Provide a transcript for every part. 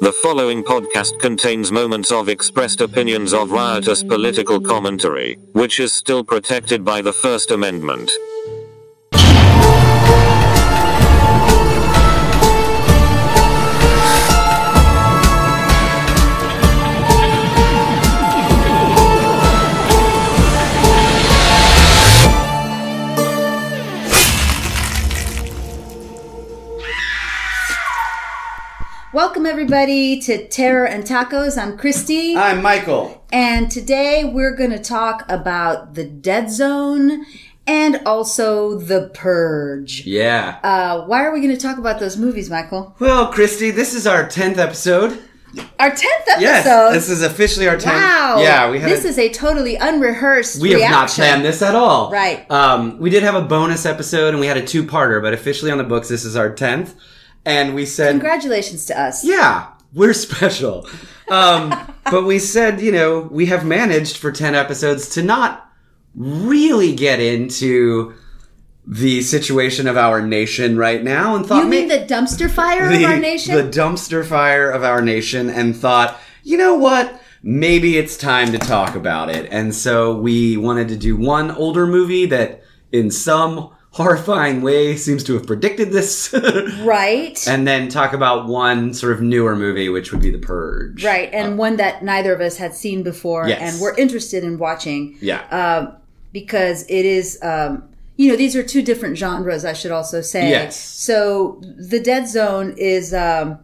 The following podcast contains moments of expressed opinions of riotous political commentary, which is still protected by the First Amendment. Welcome everybody to Terror and Tacos. I'm Christy, I'm Michael. and today we're going to talk about the dead zone and also the purge. Yeah. Uh, why are we going to talk about those movies, Michael? well, Christy, this is our 10th episode. Our tenth Yes. episode. This is officially our 10th. wow! Yeah, we had this a- is a totally unrehearsed. we have not reaction. planned this at all. Right. Um, we did have a bonus episode and we had a two-parter, but officially on the books this is our 10th. And we said Congratulations to us. Yeah, we're special. Um, but we said, you know, we have managed for 10 episodes to not really get into the situation of our nation right now and thought You mean may- the dumpster fire of our nation? the dumpster fire of our nation and thought, you know what? Maybe it's time to talk about it. And so we wanted to do one older movie that, in some horrifying way, seems to have predicted this. right. and then talk about one sort of newer movie, which would be The Purge. Right, and one that neither of us had seen before, uh, Yes. and we're interested in watching. Yeah. um, because it is um, you know these are two different genres i should also say Yes. so the dead zone is um,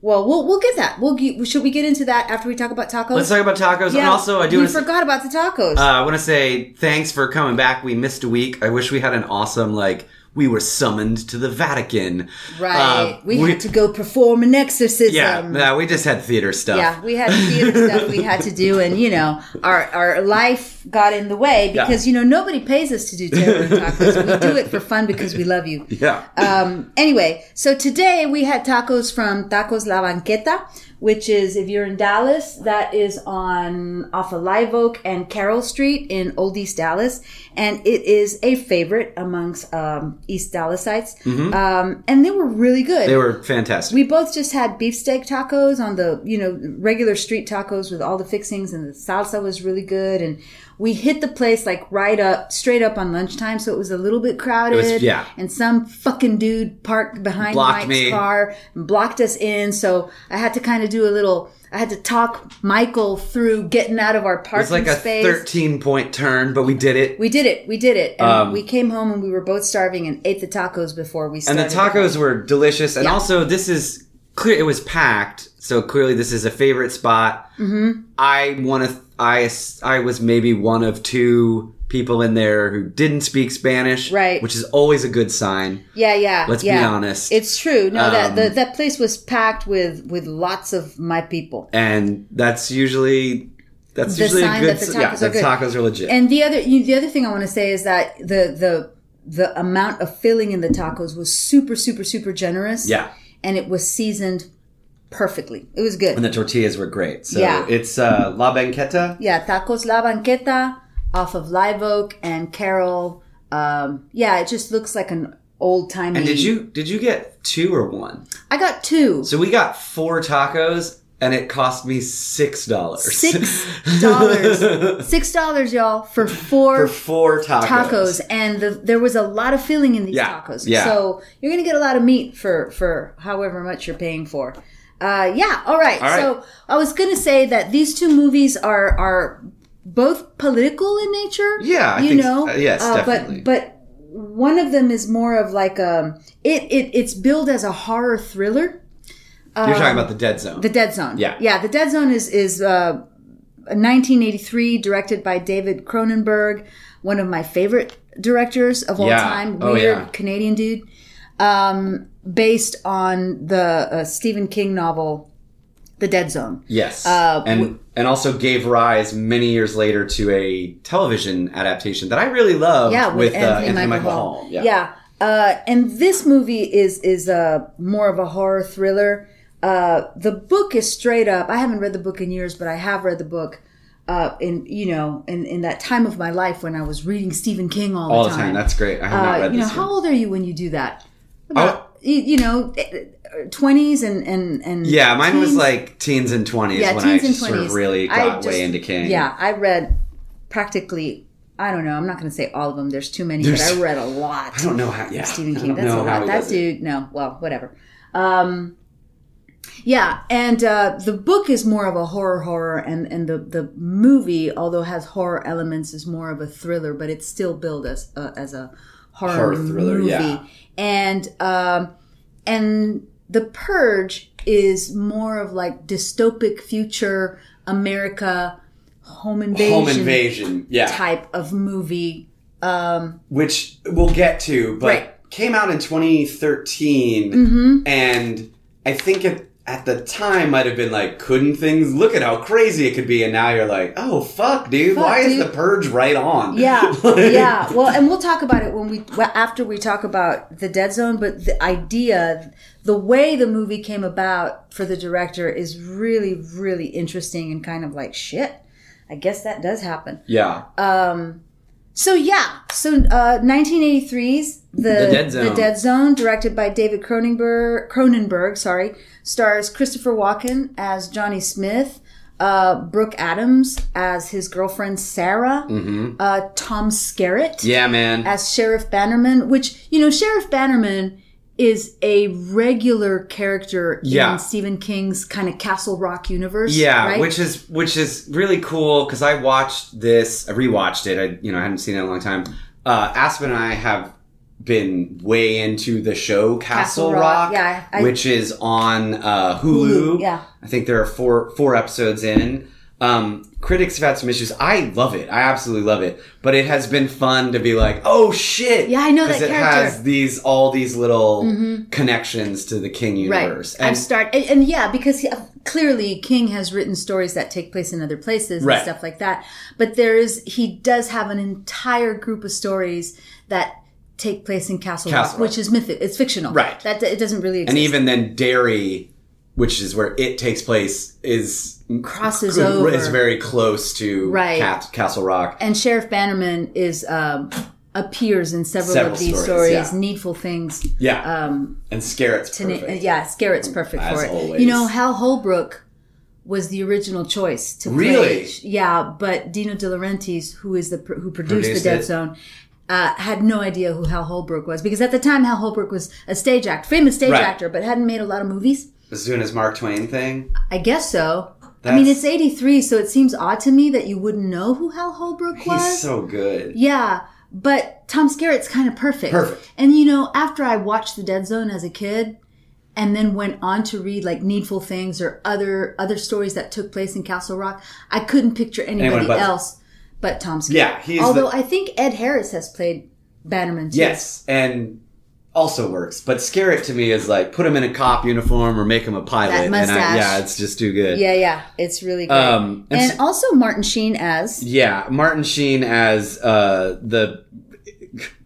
well we'll we'll get that we'll get, should we get into that after we talk about tacos Let's talk about tacos. And also, I do we want to forgot about the tacos uh, I want to say thanks for coming back. We missed a week. I wish we had an awesome, like, we were summoned to the Vatican. right uh, we, we- had to go perform an exorcism Yeah, no, we just had theater stuff. Yeah, we had theater stuff we had to do, and you know, our our life got in the way because you know nobody pays us to do terror and tacos. We do it for fun because we love you. Yeah. Um, anyway, so today we had tacos from Tacos La Banqueta, which is if you're in Dallas, that is on off of Live Oak and Carroll Street in Old East Dallas, and it is a favorite amongst um, East Dallasites. Um, and they were really good. they were fantastic. We both just had beefsteak tacos on the, you know, regular street tacos with all the fixings and the salsa was really good. And we hit the place like right up, straight up on lunchtime. So it was a little bit crowded. It was- yeah. And some fucking dude parked behind Blocked Mike's me. car and blocked us in. So I had to kind of do a little, I had to talk Michael through getting out of our parking it's like a space. 13 point turn, but we did it. we did it. We did it. And Um, we came home and we were both starving and ate the tacos before we and started. the tacos were delicious. And also, this is clear, it was packed. So clearly, this is a favorite spot. Mm-hmm. I want to, I, s- I was maybe one of two people in there who didn't speak Spanish. Right. Which is always a good sign. Yeah, yeah. Let's be yeah. honest. It's true. No, that Um, the, that place was packed with with lots of my people. And that's usually, that's The usually a sign good, that the s- yeah, tacos are the good. tacos are legit. And the other you, the other thing I want to say is that the the the amount of filling in the tacos was super super super generous. yeah. and it was seasoned perfectly. It was good. And the tortillas were great. So Yeah. it's uh, La Banqueta. yeah, tacos la banqueta off of Live Oak and Carroll. Um, yeah, it just looks like an old timey. And did you did you get two or one? I got two. So we got four tacos, and it cost me six dollars. Six dollars, six dollars, y'all, for for four four tacos. tacos, and the, there was a lot of filling in these Yeah, tacos. yeah. So you're gonna get a lot of meat for for however much you're paying for. Uh, yeah. All right. All right. So I was gonna say that these two movies are are both political in nature. Yeah, I you think s- know. uh, yes, Uh, definitely. But but one of them is more of like um it, it it's billed as a horror thriller. You're talking about the dead zone. um, The Dead Zone. Yeah. Yeah. The Dead Zone is is uh, 1983, directed by David Cronenberg, one of my favorite directors of all Yeah. time. Weird Oh, yeah. Canadian dude. Um, based on the uh, Stephen King novel, The Dead Zone. yes, Uh, and and also gave rise many years later to a television adaptation that I really love. uh, Yeah, with, Anthony, Michael, Hall. Yeah. Uh, and this movie is is a more of a horror thriller. Uh, the book is straight up. I haven't read the book in years, but I have read the book. Uh, in you know, in, in that time of my life when I was reading Stephen King all, all the time. That's great. I have not uh, read you know, this. Oh, how one. old are you when you do that? About, you, you know, eh, eh, twenties and and and Yeah, mine was teens. like teens and 20s yeah when teens I and sort twenties. of really got way into King. Yeah, I read practically. I don't know. I'm not going to say all of them. There's too many, There's- but I read a lot. I don't know how. Yeah, Stephen I King. don't That's a know how lot. he That does it. dude, no, well, whatever. Um, yeah, and uh, the book is more of a horror horror, and, and the, the movie, although has horror elements, is more of a thriller, but it's still billed as a, as a horror, Horror thriller, movie. yeah. And um, and the Purge is more of like dystopic future America home invasion, Home invasion. Yeah, type of movie. Um, which we'll get to, but Right. Mm-hmm. came out in 2013, and I think at, at the time might have been like, couldn't things look at how crazy it could be, and now you're like, oh fuck, dude, Fuck, why dude. is the purge right on? Yeah, Like- yeah. Well, and we'll talk about it when we well, after we talk about the dead zone. But the idea, the way the movie came about for the director is really, really interesting and kind of like shit. I guess that does happen. yeah, So yeah, so uh, 1983's the Dead Zone. the Dead Zone, directed by David Cronenberg. Cronenberg, sorry, stars Christopher Walken as Johnny Smith, uh, Brooke Adams as his girlfriend Sarah, Mm-hmm. uh, Tom Skerritt yeah, man. as Sheriff Bannerman, which you know Sheriff Bannerman is a regular character Yeah. in Stephen King's kind of Castle Rock universe. Yeah, right? which is which is really cool because I watched this, I rewatched it. I you know I hadn't seen it in a long time. Uh, Aspen and I have been way into the show Castle, Castle Rock, Rock, yeah, I- which is on uh, Hulu. Hulu, yeah. I think there are four four episodes in. Um, critics have had some issues. I love it. I absolutely love it. But it has been fun to be like, oh shit. Yeah, I know 'Cause that it character. Mm-hmm. has these all these little connections to the King universe. I've started, and, and yeah, because he, clearly King has written stories that take place in other places Right. and stuff like that. But there is, he does have an entire group of stories that take place in Castle, Rock, Castle Rock. which is mythic. It's fictional, Right. That it doesn't really exist. and even then Derry, which is where it takes place, is crosses is over. very close to Right. Ca- Castle Rock. and Sheriff Bannerman is um, appears in several, Several of these stories, stories. yeah. Needful things. Yeah, Um, and Scarrett's to na- perfect. uh, Mm-hmm. yeah, Scarrett's perfect As for it. always. You know, Hal Holbrook was the original choice to Really? play. Yeah, but Dino De Laurentiis, who is the pr- who produced, Produced the Dead it. Zone. Uh, had no idea who Hal Holbrook was because at the time Hal Holbrook was a stage actor, famous stage Right. actor, but hadn't made a lot of movies. As soon as Mark Twain thing, I guess so. I That's- mean, it's '83, so it seems odd to me that you wouldn't know who Hal Holbrook was. he's so good. Yeah, but Tom Skerritt's kind of perfect. Perfect. And you know, after I watched The Dead Zone as a kid, and then went on to read like Needful Things or other other stories that took place in Castle Rock, I couldn't picture anybody but- else but Tom Skerritt. Yeah, he's the- Although I think Ed Harris has played Bannerman too. Yes, and also works. But Scarrett to me is like put him in a cop uniform or make him a pilot. That And I, mustache. yeah, it's just too good. Yeah, yeah, it's really good. Um, and and s- also Martin Sheen as Yeah, Martin Sheen as uh, the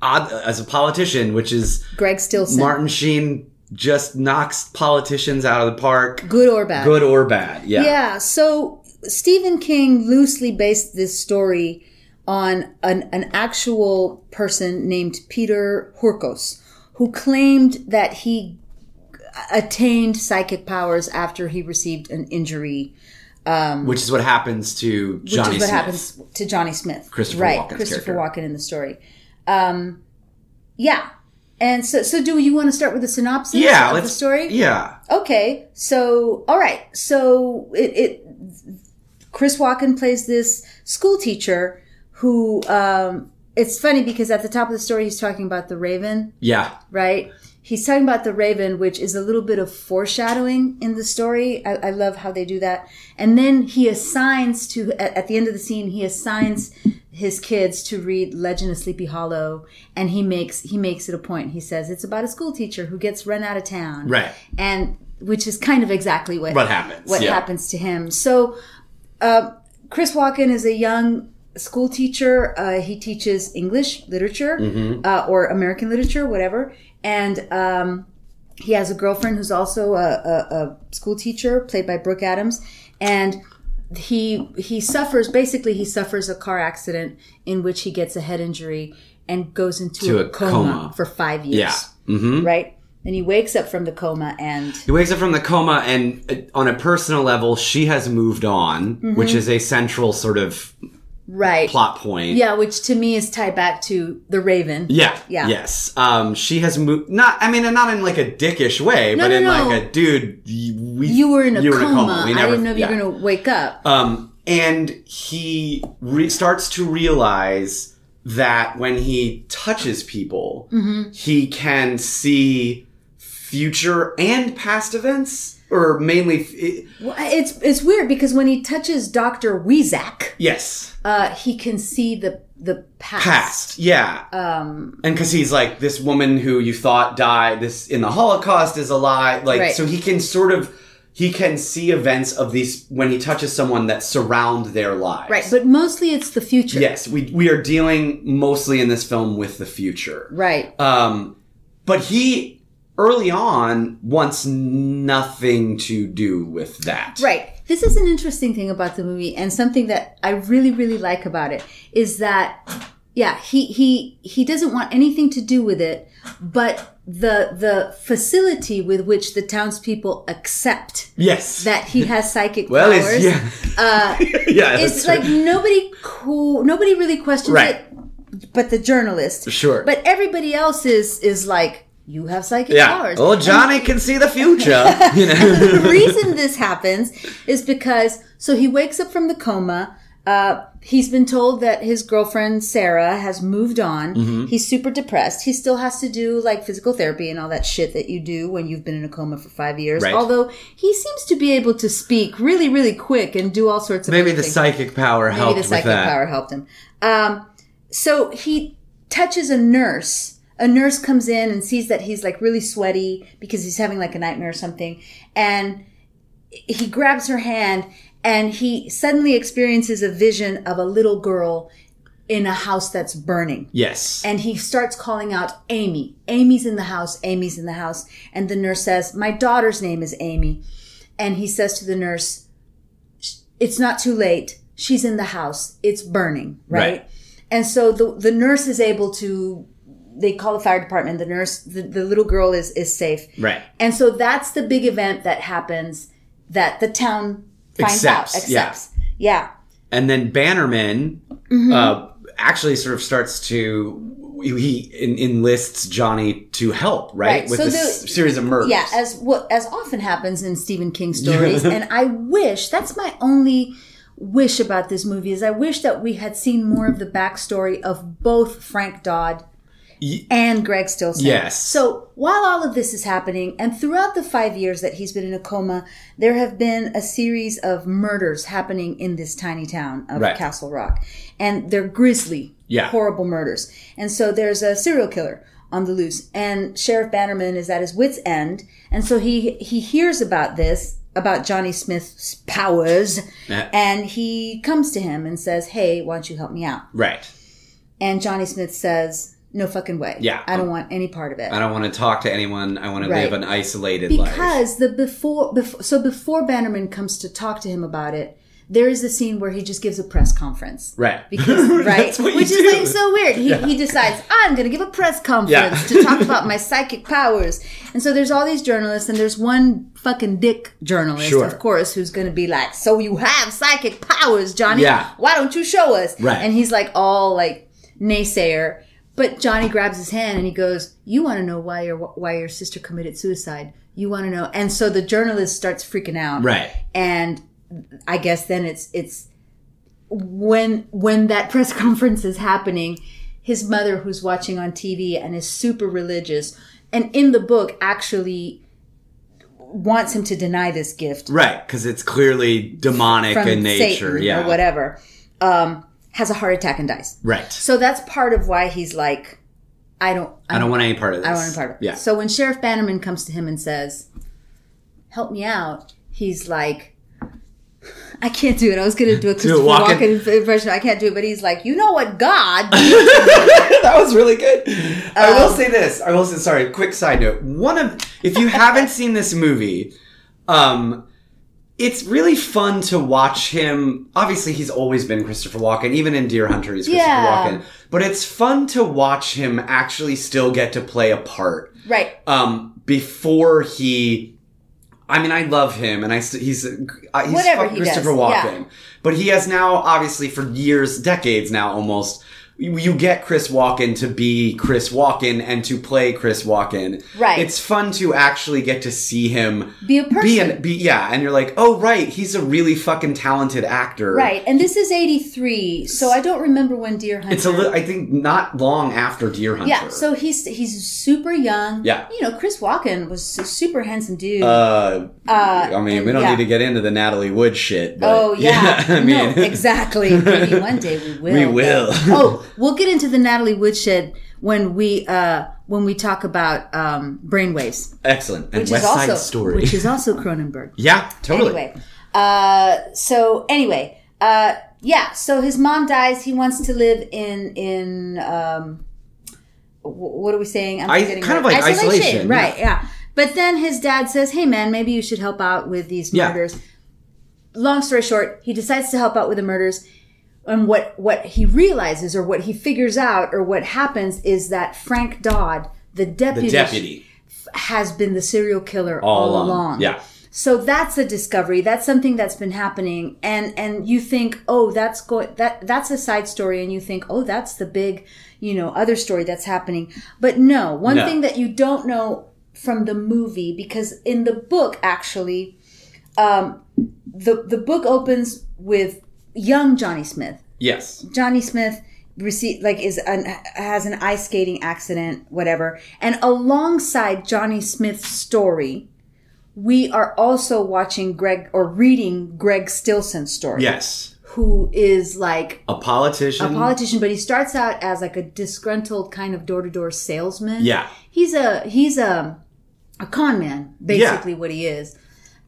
odd as a politician, which is Greg Stilson. Martin Sheen just knocks politicians out of the park, good or bad? good or bad. Yeah. Yeah. So Stephen King loosely based this story on an, an actual person named Peter Horkos, who claimed that he attained psychic powers after he received an injury, which is what happens to which Johnny is what Smith. happens to Johnny Smith. Christopher right, Walken's Christopher character. Walken in the story. Um, yeah. And so, so do you want to start with the synopsis Yeah, of let's the story? Yeah, Okay, so all right, so it, it Chris Walken plays this school teacher who um, it's funny because at the top of the story he's talking about the Raven, yeah, right? He's talking about the Raven, which is a little bit of foreshadowing in the story. I, I love how they do that. And then he assigns to at, at the end of the scene he assigns his kids to read Legend of Sleepy Hollow, and he makes he makes it a point. He says it's about a school teacher who gets run out of town, right. and which is kind of exactly what What happens? what yeah. happens to him. So, uh, Chris Walken is a young school teacher. Uh, he teaches English literature Mm-hmm. uh, or American literature, whatever, and. Um, he has a girlfriend who's also a, a, a school teacher, played by Brooke Adams, and he he suffers basically he suffers a car accident in which he gets a head injury and goes into To a, a coma, coma. for five years Yeah. Mm-hmm. right? Then he wakes up from the coma and He wakes up from the coma, and uh, on a personal level, she has moved on, Mm-hmm. which is a central sort of right. plot point. Yeah, which to me is tied back to the Raven. Yeah. Yeah. Yes. Um, she has moved. Not. I mean, and not in like a dickish way, but no, in no. like a dude. y- We, You were in a, you coma. We I never- didn't know if yeah. you were going to wake up. Um, and he re- starts to realize that when he touches people, Mm-hmm. he can see future and past events, or mainly. f- Well, it's it's weird because when he touches Doctor Weezak, yes. uh, he can see the the past. past. Yeah. Um and cuz he's like this woman who you thought died this in the Holocaust is alive like Right. so he can sort of he can see events of these when he touches someone that surround their lives. Right, but mostly it's the future. yes, we we are dealing mostly in this film with the future. Right. Um but he early on wants nothing to do with that. Right. This is an interesting thing about the movie, and something that I really, really like about it is that, yeah, he he he doesn't want anything to do with it, but the the facility with which the townspeople accept Yes. that he has psychic well, powers. it's yeah. yeah, that's it's true. like nobody cool nobody really questions Right. it but the journalist Sure. but everybody else is is like you have psychic yeah. powers Oh, Johnny can see the future, you know. the reason this happens is because so he wakes up from the coma. Uh, he's been told that his girlfriend Sarah has moved on. He's super depressed. He still has to do like physical therapy and all that shit that you do when you've been in a coma for five years. Right. Although he seems to be able to speak really, really quick and do all sorts of Maybe other the things. psychic power Maybe helped the psychic with that. power helped him. Um, so he touches a nurse. A nurse comes in and sees that he's like really sweaty because he's having like a nightmare or something. And he grabs her hand and he suddenly experiences a vision of a little girl in a house that's burning. Yes. And he starts calling out, Amy, Amy's in the house, Amy's in the house. And the nurse says, My daughter's name is Amy. And he says to the nurse, It's not too late. She's in the house. It's burning, right? Right. And so the, the nurse is able to, they call the fire department. The nurse, the, the little girl is, is safe. right. And so that's the big event that happens that the town finds out, Accepts, yeah. accepts. Yeah. And then Bannerman Mm-hmm. uh, actually sort of starts to he en- enlists Johnny to help, right, Right, with so this the- series of murders. Yeah, uh, as what as often happens in Stephen King stories, and I wish that's my only wish about this movie is I wish that we had seen more of the backstory of both Frank Dodd Ye- and Greg Stilson. Yes. So while all of this is happening, and throughout the five years that he's been in a coma, there have been a series of murders happening in this tiny town of Right. Castle Rock, and they're grisly, Yeah. horrible murders. And so there's a serial killer on the loose, and Sheriff Bannerman is at his wits' end, and so he he hears about this about Johnny Smith's powers, Yeah. and he comes to him and says, "Hey, why don't you help me out?" right. And Johnny Smith says, "No fucking way. Yeah. I don't want any part of it." I don't want to talk to anyone. I want to Right. live an isolated life. because the before, before so before Bannerman comes to talk to him about it, there is a scene where he just gives a press conference. Right. Because, right, That's what you which do. is like so weird. He, he decides I'm going to give a press conference Yeah. to talk about my psychic powers, and so there's all these journalists, and there's one fucking dick journalist, Sure. of course, who's going to be like, "So you have psychic powers, Johnny? Yeah. Why don't you show us?" Right. and he's like all like naysayer, but Johnny grabs his hand and he goes, "You want to know why your why your sister committed suicide? You want to know?" And so the journalist starts freaking out, Right. and I guess then it's it's when when that press conference is happening, his mother who's watching on TV and is super religious and in the book actually wants him to deny this gift Right. Because it's clearly demonic from in nature. Satan yeah. or whatever. Um, has a heart attack and dies. Right. So that's part of why he's like, I don't, I don't want any part of this. I don't want any part of it. Yeah. So when Sheriff Bannerman comes to him and says, "Help me out," he's like, "I can't do it. I was going to do a Christopher Walken. Walken. impression. I can't do it." But he's like, "You know what, God?" that was really good. Um, I will say this. I will say sorry. Quick side note. One of if you haven't seen this movie, um, it's really fun to watch him. Obviously, he's always been Christopher Walken. Even in Deer Hunter, he's Christopher Yeah. Walken. But it's fun to watch him actually still get to play a part. right. Um, before he. I mean, I love him, and I st- he's I, he's Whatever fuck he Christopher does, yeah. Walken, but he has now obviously for years, decades now almost. You you get Chris Walken to be Chris Walken and to play Chris Walken. Right. It's fun to actually get to see him Be a person. Be, an, be yeah, and you're like, oh right, he's a really fucking talented actor. Right, and this is 83, so I don't remember when Deer Hunter. It's a little. I think not long after Deer Hunter. Yeah, so he's he's super young. Yeah. You know, Chris Walken was a super handsome dude. Uh, I mean, we don't yeah. need to get into the Natalie Wood shit. But oh, yeah. I mean, no, exactly. Maybe one day we will. We will. oh, we'll get into the Natalie Woodshed when we uh when we talk about um brainwaves, excellent. And which West is Side also Story. which is also Cronenberg. yeah, totally. Anyway, uh, so anyway, uh, yeah. So his mom dies. He wants to live in in um, wh- what are we saying? I'm I- forgetting kind of what- like isolation, yeah. right? Yeah. But then his dad says, "Hey, man, maybe you should help out with these Yeah. murders." Long story short, he decides to help out with the murders. And what what he realizes, or what he figures out, or what happens is that Frank Dodd, the deputy, the deputy has been the serial killer all all, along. along. Yeah, So that's a discovery. That's something that's been happening, and and you think, oh, that's go that that's a side story, and you think, oh, that's the big, you know, other story that's happening. But no, one No. thing that you don't know from the movie, because in the book actually, um, the the book opens with young Johnny Smith. yes, Johnny Smith receive like is an has an ice skating accident whatever and alongside Johnny Smith's story we are also watching Greg or reading Greg Stilson's story yes. who is like A politician. a politician but he starts out as like a disgruntled kind of door-to-door salesman Yeah. he's a he's a a con man basically what he is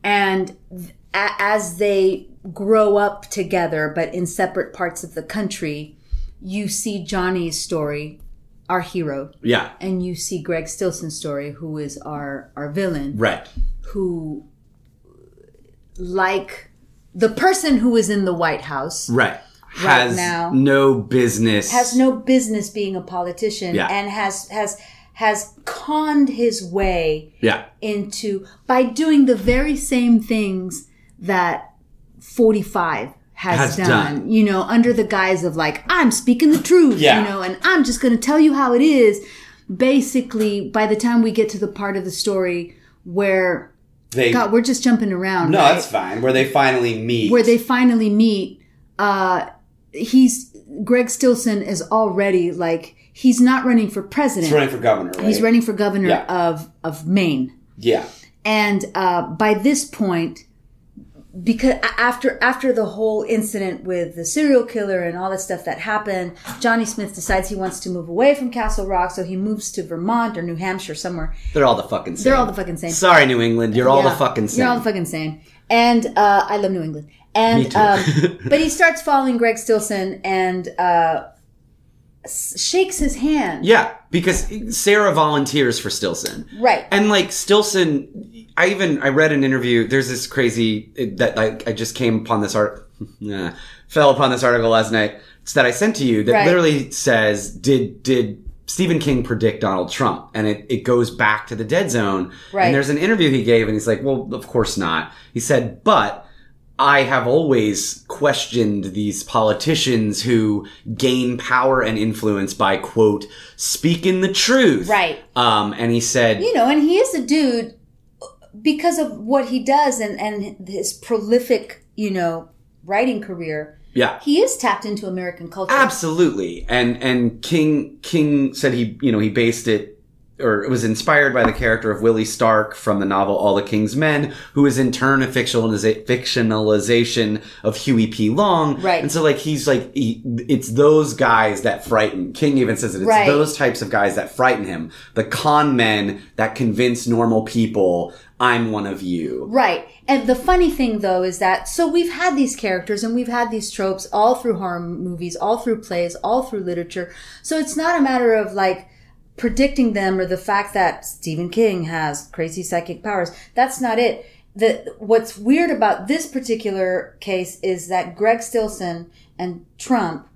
and th- a- as they grow up together but in separate parts of the country you see johnny's story our hero yeah, and you see greg stilson's story who is our our villain right. who like the person who is in the white house Right. Has now. no business. has no business being a politician Yeah. and has has has conned his way Yeah. into by doing the very same things that 45 has, Has done, done. you know under the guise of like i'm speaking the truth Yeah. you know and i'm just going to tell you how it is basically by the time we get to the part of the story where They. god we're just jumping around no, right? that's fine. Where they finally meet. where they finally meet uh he's greg stilson is already like he's not running for president He's running for governor. Right? he's running for governor Yeah. of of maine Yeah. and uh, by this point because a- after after the whole incident with the serial killer and all that stuff that happened johnny smith decides he wants to move away from castle rock so he moves to vermont or new hampshire somewhere They're all the fucking same. they're all the fucking same Sorry, New England. You're all the yeah. fucking same. You're all the fucking same. And uh, I love New England. And Me too. um, but he starts following Greg Stilson and uh, s- shakes his hand. Yeah, because Sarah volunteers for Stilson. Right. And like Stilson, I even I read an interview. There's this crazy that I, I just came upon this art, nah, fell upon this article last night that I sent to you that Right. literally says did did Stephen King predict Donald Trump? And it, it goes back to the dead zone. Right. And there's an interview he gave, and he's like, well, of course not. He said, but. I have always questioned these politicians who gain power and influence by quote speaking the truth. Right. Um, and he said, You know, and he is a dude because of what he does and and his prolific, you know, writing career. yeah, He is tapped into American culture. absolutely. And and King King said he you know he based it or it was inspired by the character of Willie Stark from the novel All the King's Men, who is in turn a fictionaliza- fictionalization of Huey P. Long. Right. And so like he's like he, it's those guys that frighten. King even says that it's Right. those those types of guys that frighten him. The con men that convince normal people, I'm one of you. Right. And the funny thing though is that so we've had these characters and we've had these tropes all through horror movies, all through plays, all through literature. So it's not a matter of like predicting them or the fact that Stephen King has crazy psychic powers. That's not it. The what's weird about this particular case is that Greg Stilson and Trump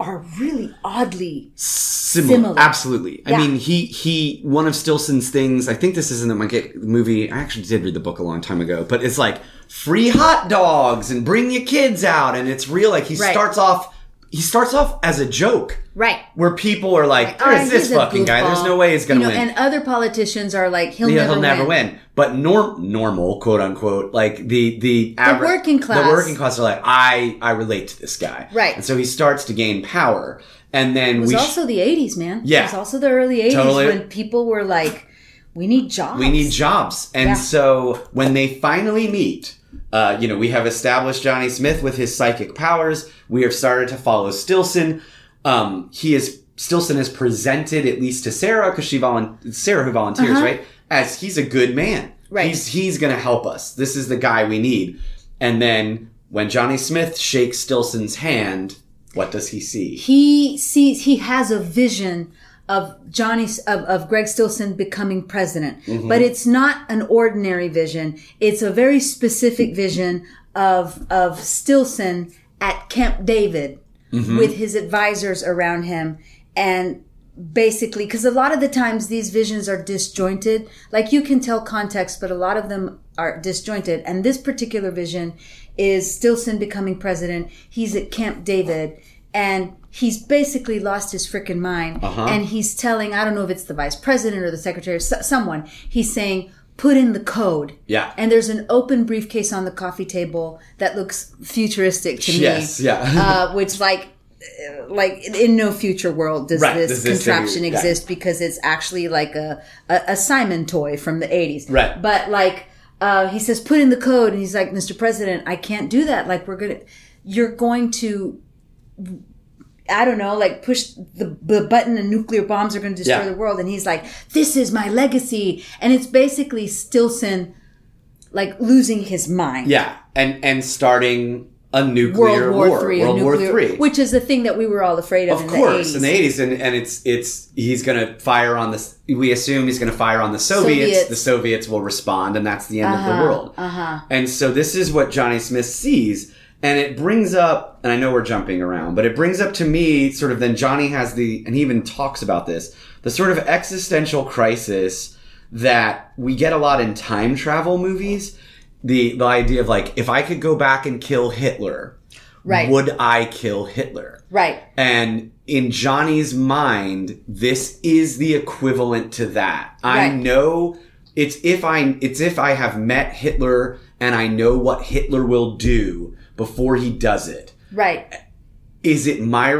are really oddly similar. Similar. Absolutely. I Yeah. mean, he he one of Stilson's things. I think this is in the Monkey movie. I actually did read the book a long time ago, but it's like free hot dogs and bring your kids out, and it's real. Like he Right. starts off, he starts off as a joke, right. where people are like, Ah, "There's this he's a fucking guy. There's goofball. no way he's gonna You know, win." And other politicians are like, he'll, yeah, never, he'll never win. But norm normal, quote unquote, like the the average working class. the working class are like, I I relate to this guy, Right. And so he starts to gain power, and then It was we sh- also the 80s, man. Yeah. It was also the early 80s Totally. when people were like, we need jobs. we need jobs, and Yeah. so when they finally meet. Uh, you know, we have established Johnny Smith with his psychic powers. We have started to follow Stilson. Um, he is Stilson is presented at least to Sarah because she volun Sarah who volunteers, right? As he's a good man. Uh-huh. Right. He's he's going to help us. This is the guy we need. And then when Johnny Smith shakes Stilson's hand, what does he see? He sees, he has a vision of Johnny, of, of Greg Stilson becoming president. Mm-hmm. But it's not an ordinary vision. It's a very specific vision of, of Stilson at Camp David Mm-hmm. with his advisors around him. And basically because a lot of the times these visions are disjointed like you can tell context but a lot of them are disjointed and this particular vision is stilson becoming president he's at camp david and he's basically lost his freaking mind Uh-huh. and he's telling i don't know if it's the vice president or the secretary or so- someone he's saying put in the code Yeah. and there's an open briefcase on the coffee table that looks futuristic to Yes, me yeah. uh, which like uh, like in no future world does Right, this, does this thing- contraption yeah. exist because it's actually like a, a a Simon toy from the 80s. Right. But like uh, he says put in the code and he's like Mr. President, I can't do that. Like we're going to you're going to I don't know, like push the, the button and nuclear bombs are going to destroy Yeah. the world and he's like this is my legacy and it's basically Stilson like losing his mind. yeah, and and starting a World nuclear War, war, Three, World nuclear, War Three, which is the thing that we were all afraid of, of in course the 80s. in the 80s and, and it's it's he's gonna fire on this we assume he's gonna fire on the soviets, Soviets. the soviets will respond and that's the end of the world uh-huh. and so this is what johnny smith sees and it brings up and i know we're jumping around but it brings up to me sort of then johnny has the and he even talks about this the sort of existential crisis that we get a lot in time travel movies the the idea of like if i could go back and kill hitler Right. would i kill hitler right, and in Johnny's mind, this is the equivalent to that. I Right. know it's if I it's if I have met Hitler and I know what Hitler will do before he does it. right. Is it my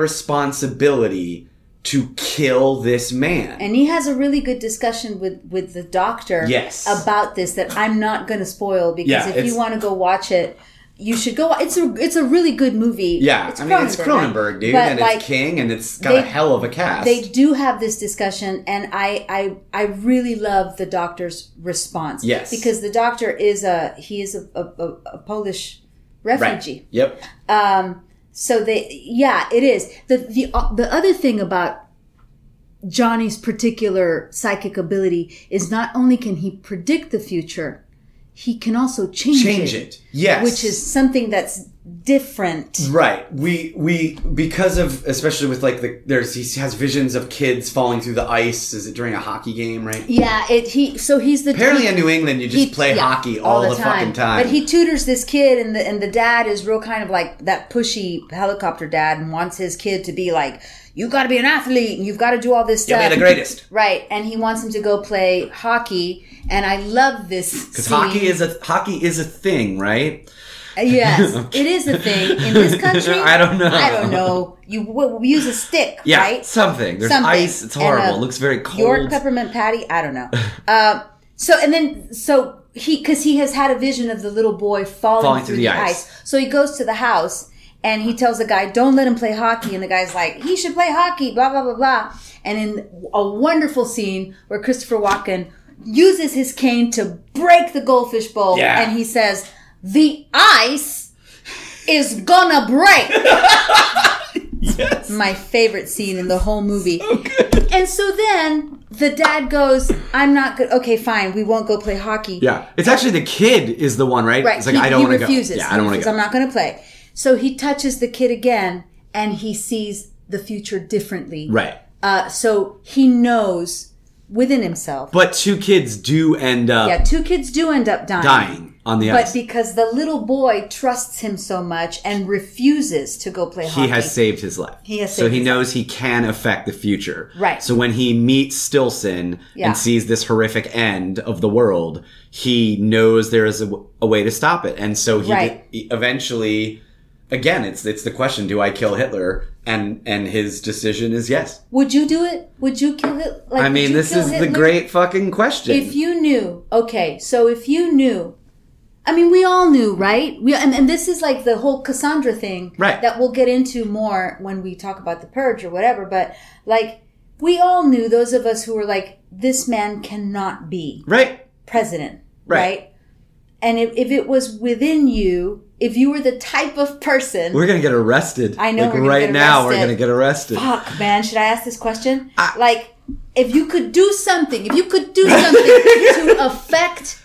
responsibility to kill this man? And he has a really good discussion with with the doctor Yes. about this that I'm not going to spoil because Yeah, if it's- you want to go watch it, you should go. wa- It's a it's a really good movie. yeah, I mean it's Cronenberg, right? dude, But, and like, it's King, and it's got they- a hell of a cast. They do have this discussion, and I, I, I really love the doctor's response. Yes. because the doctor is a he is a, a, a- a Polish right? refugee. Yep. So they, yeah, it is. The the uh, the other thing about Johnny's particular psychic ability is not only can he predict the future, he can also change, Change it. Yes. Mm. which is something that's different. Right. We we because of especially with like the there's he has visions of kids falling through the ice. Is it during a hockey game? Right. Yeah, it he so he's the Apparently he- in New England you just he- play yeah, hockey all, the, fucking time. But he tutors this kid, and the and the dad is real kind of like that pushy helicopter dad, and wants his kid to be like, "You got to be an athlete, and you've got to do all this You'll stuff." be the greatest. right? And he wants him to go play hockey, and I love this because Because hockey is a hockey is a thing, right? Uh, yes, it is a thing in this country. I don't know. I don't know. You w- w- use a stick, Yeah, right? something. There's Something. ice. It's And horrible. a it looks very cold. York peppermint patty. I don't know. Um, so and then so he because he has had a vision of the little boy falling, through, the, ice. So he goes to the house and he tells the guy, "Don't let him play hockey." And the guy's like, "He should play hockey." Blah blah blah blah. And in a wonderful scene where Christopher Walken uses his cane to break the goldfish bowl, Yeah. and he says, "The ice is gonna break." My favorite scene in the whole movie. And so then the dad goes, I'm not good. Okay, fine. We won't go play hockey. yeah, it's actually the kid is the one, right? Right. It's like he, I don't he want to go. refuses. Yeah, I don't He want to says, go. I'm not going to play. So he touches the kid again and he sees the future differently. Right. Uh, so he knows within himself. But two kids do end up yeah, two kids do end up dying. dying on the But ice. because the little boy trusts him so much and refuses to go play hockey. he has saved his life. He has so saved he his knows he can affect the future. Right. So when he meets Stilson Yeah. and sees this horrific end of the world, he knows there is a, w- a way to stop it, and so he, Right. he eventually, again, it's it's the question: Do I kill Hitler? And and his decision is yes. Would you do it? Would you kill it? Like, I would mean, you this kill is Hitler? the great fucking question. If you knew, okay, so if you knew, I mean, we all knew, right? We and, and this is like the whole Cassandra thing, Right. That we'll get into more when we talk about the purge or whatever. But like, we all knew those of us who were like, this man cannot be right. president, Right. right? And if, if it was within you, if you were the type of person, We're gonna get arrested. I know Like we're gonna right get now, we're arrested. gonna get arrested. fuck, man, should I ask this question? I- like, if you could do something, if you could do something to affect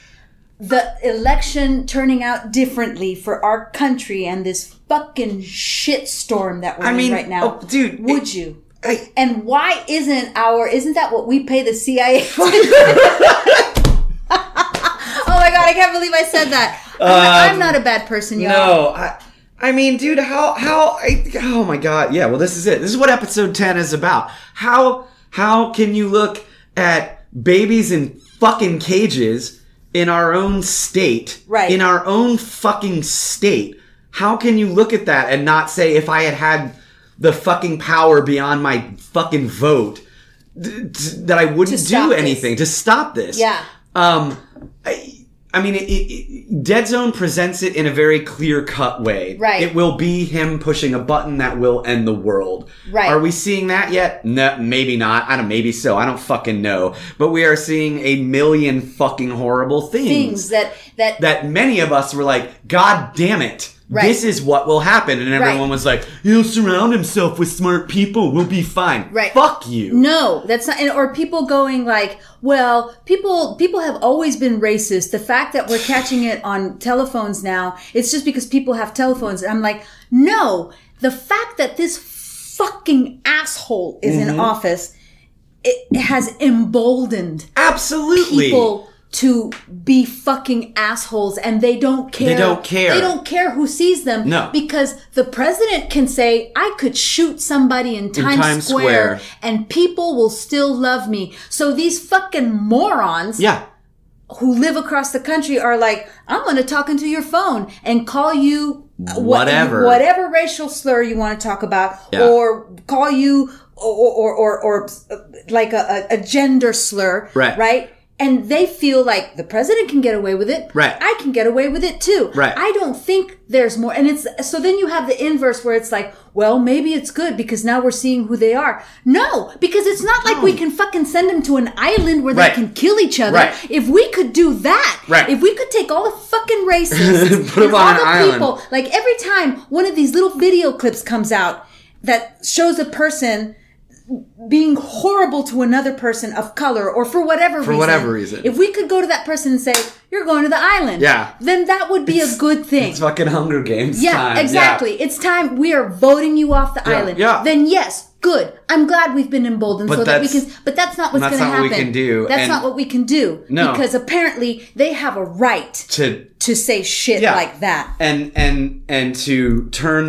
the election turning out differently for our country and this fucking shitstorm that we're I in mean, right now, oh, dude, would it- you? I- and why isn't our isn't that what we pay the CIA? to do? oh my god, I can't believe I said that. I'm, not, I'm Um, not a bad person, y'all. No, I, I mean, dude, how, how, I, oh my god, yeah. Well, this is it. This is what episode ten is about. How, how can you look at babies in fucking cages in our own state, Right. In our own fucking state. How can you look at that and not say, if I had had the fucking power beyond my fucking vote, d- d- that I wouldn't stop do this. anything to stop this? Yeah. Um, I, I mean, it, it, it- Dead Zone presents it in a very clear cut way. Right. It will be him pushing a button that will end the world. Right. Are we seeing that yet? No, maybe not. I don't. Maybe so. I don't fucking know. But we are seeing a million fucking horrible things, Things that that that many of us were like, "God damn it." Right. This is what will happen, and Right. everyone was like, "He'll surround himself with smart people. We'll be fine." Right. Fuck you. No, that's not. And, or people going like, well, people people have always been racist. The fact that we're catching it on telephones now, it's just because people have telephones. And I'm like, no, the fact that this fucking asshole is in office, it has emboldened Absolutely. people to be fucking assholes and they don't care. They don't care. They don't care who sees them. No. Because the president can say, I could shoot somebody in Times, Times Square. Square, and people will still love me. So these fucking morons Yeah. who live across the country are like, I'm going to talk into your phone and call you wha- Whatever. whatever racial slur you want to talk about, Yeah. or call you or or or, or uh, like a, a a gender slur, Right. Right. And they feel like the president can get away with it. Right. I can get away with it too. Right. I don't think there's more. And it's so then you have the inverse where it's like, well, maybe it's good because now we're seeing who they are. No, because it's not like we can fucking send them to an island where they Right. can kill each other. Right. If we could do that, Right. if we could take all the fucking racists, Put and 'em on all an the island. people, like every time one of these little video clips comes out that shows a person being horrible to another person of color or for whatever for reason, whatever reason. if we could go to that person and say, "You're going to the island," Yeah. then that would be a good thing. It's fucking Hunger Games. Yeah, time. exactly. It's time we are voting you off the island. yeah. Then yes, good. I'm glad we've been emboldened But so that we that's- can. But that's not what's that's going to not happen. what we can do, That's and- not what we can do. No. because apparently they have a right To to say shit Yeah. like that. and and and to turn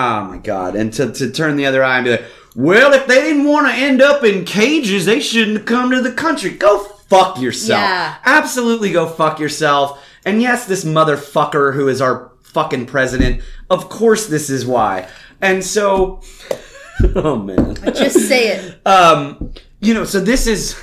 ah my god and to, to turn the other eye and be like well if they didn't want to end up in cages they shouldn't have come to the country go fuck yourself Yeah. absolutely go fuck yourself and yes this motherfucker who is our fucking president of course this is why and so oh man Just say it. um you know so this is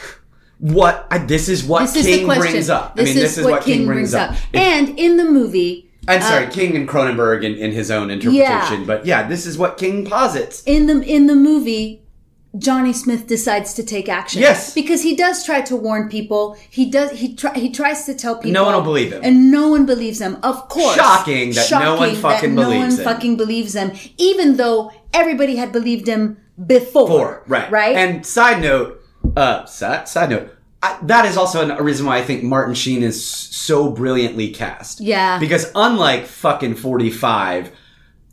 what I, this is what This is the King question. brings up. This I mean, this is what, King, brings up. And uh, in the movie, I'm sorry, King and Cronenberg in, in his own interpretation, but yeah, this is what King posits. in the in the movie Johnny Smith decides to take action. Yes. because he does try to warn people. He does. He try, he tries to tell people. No one will believe him. and no one believes him. Of course, Shocking that no one that fucking no believes one him. fucking believes him, even though everybody had believed him before. Four, right, right, And side note, uh, side, side note, I, that is also an- a reason why I think Martin Sheen is s- so brilliantly cast. Yeah. because unlike fucking 45,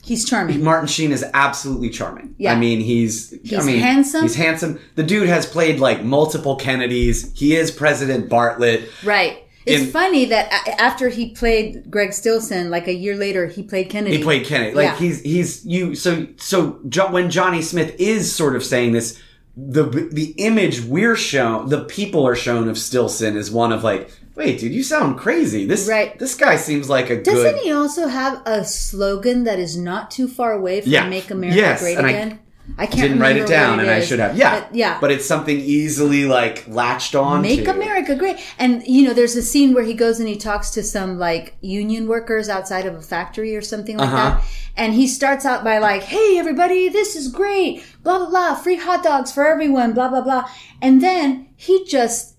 He's charming. Martin Sheen is absolutely charming. Yeah. I mean, he's He's I mean, handsome. He's handsome. The dude has played like multiple Kennedys. He is President Bartlett. Right. It's In- funny that a- after he played Greg Stilson, like a year later, he played Kennedy. He played Kennedy. Like Yeah. he's he's you so so jo- when Johnny Smith is sort of saying this the the image we're shown, the people are shown of Stilson is one of like, "Wait, dude, you sound crazy. This Right. this guy seems like a Doesn't good he also have a slogan that is not too far away from Yeah. "Make America Yes, Great and I Again"? I, can't didn't write it remember what down and I is. should have. Yeah. But- yeah. But it's something easily like latched on Make to. America great. And you know, there's a scene where he goes and he talks to some like union workers outside of a factory or something like Uh-huh. that. And he starts out by like, "Hey everybody, this is great. Blah blah blah, free hot dogs for everyone, blah blah blah." And then he just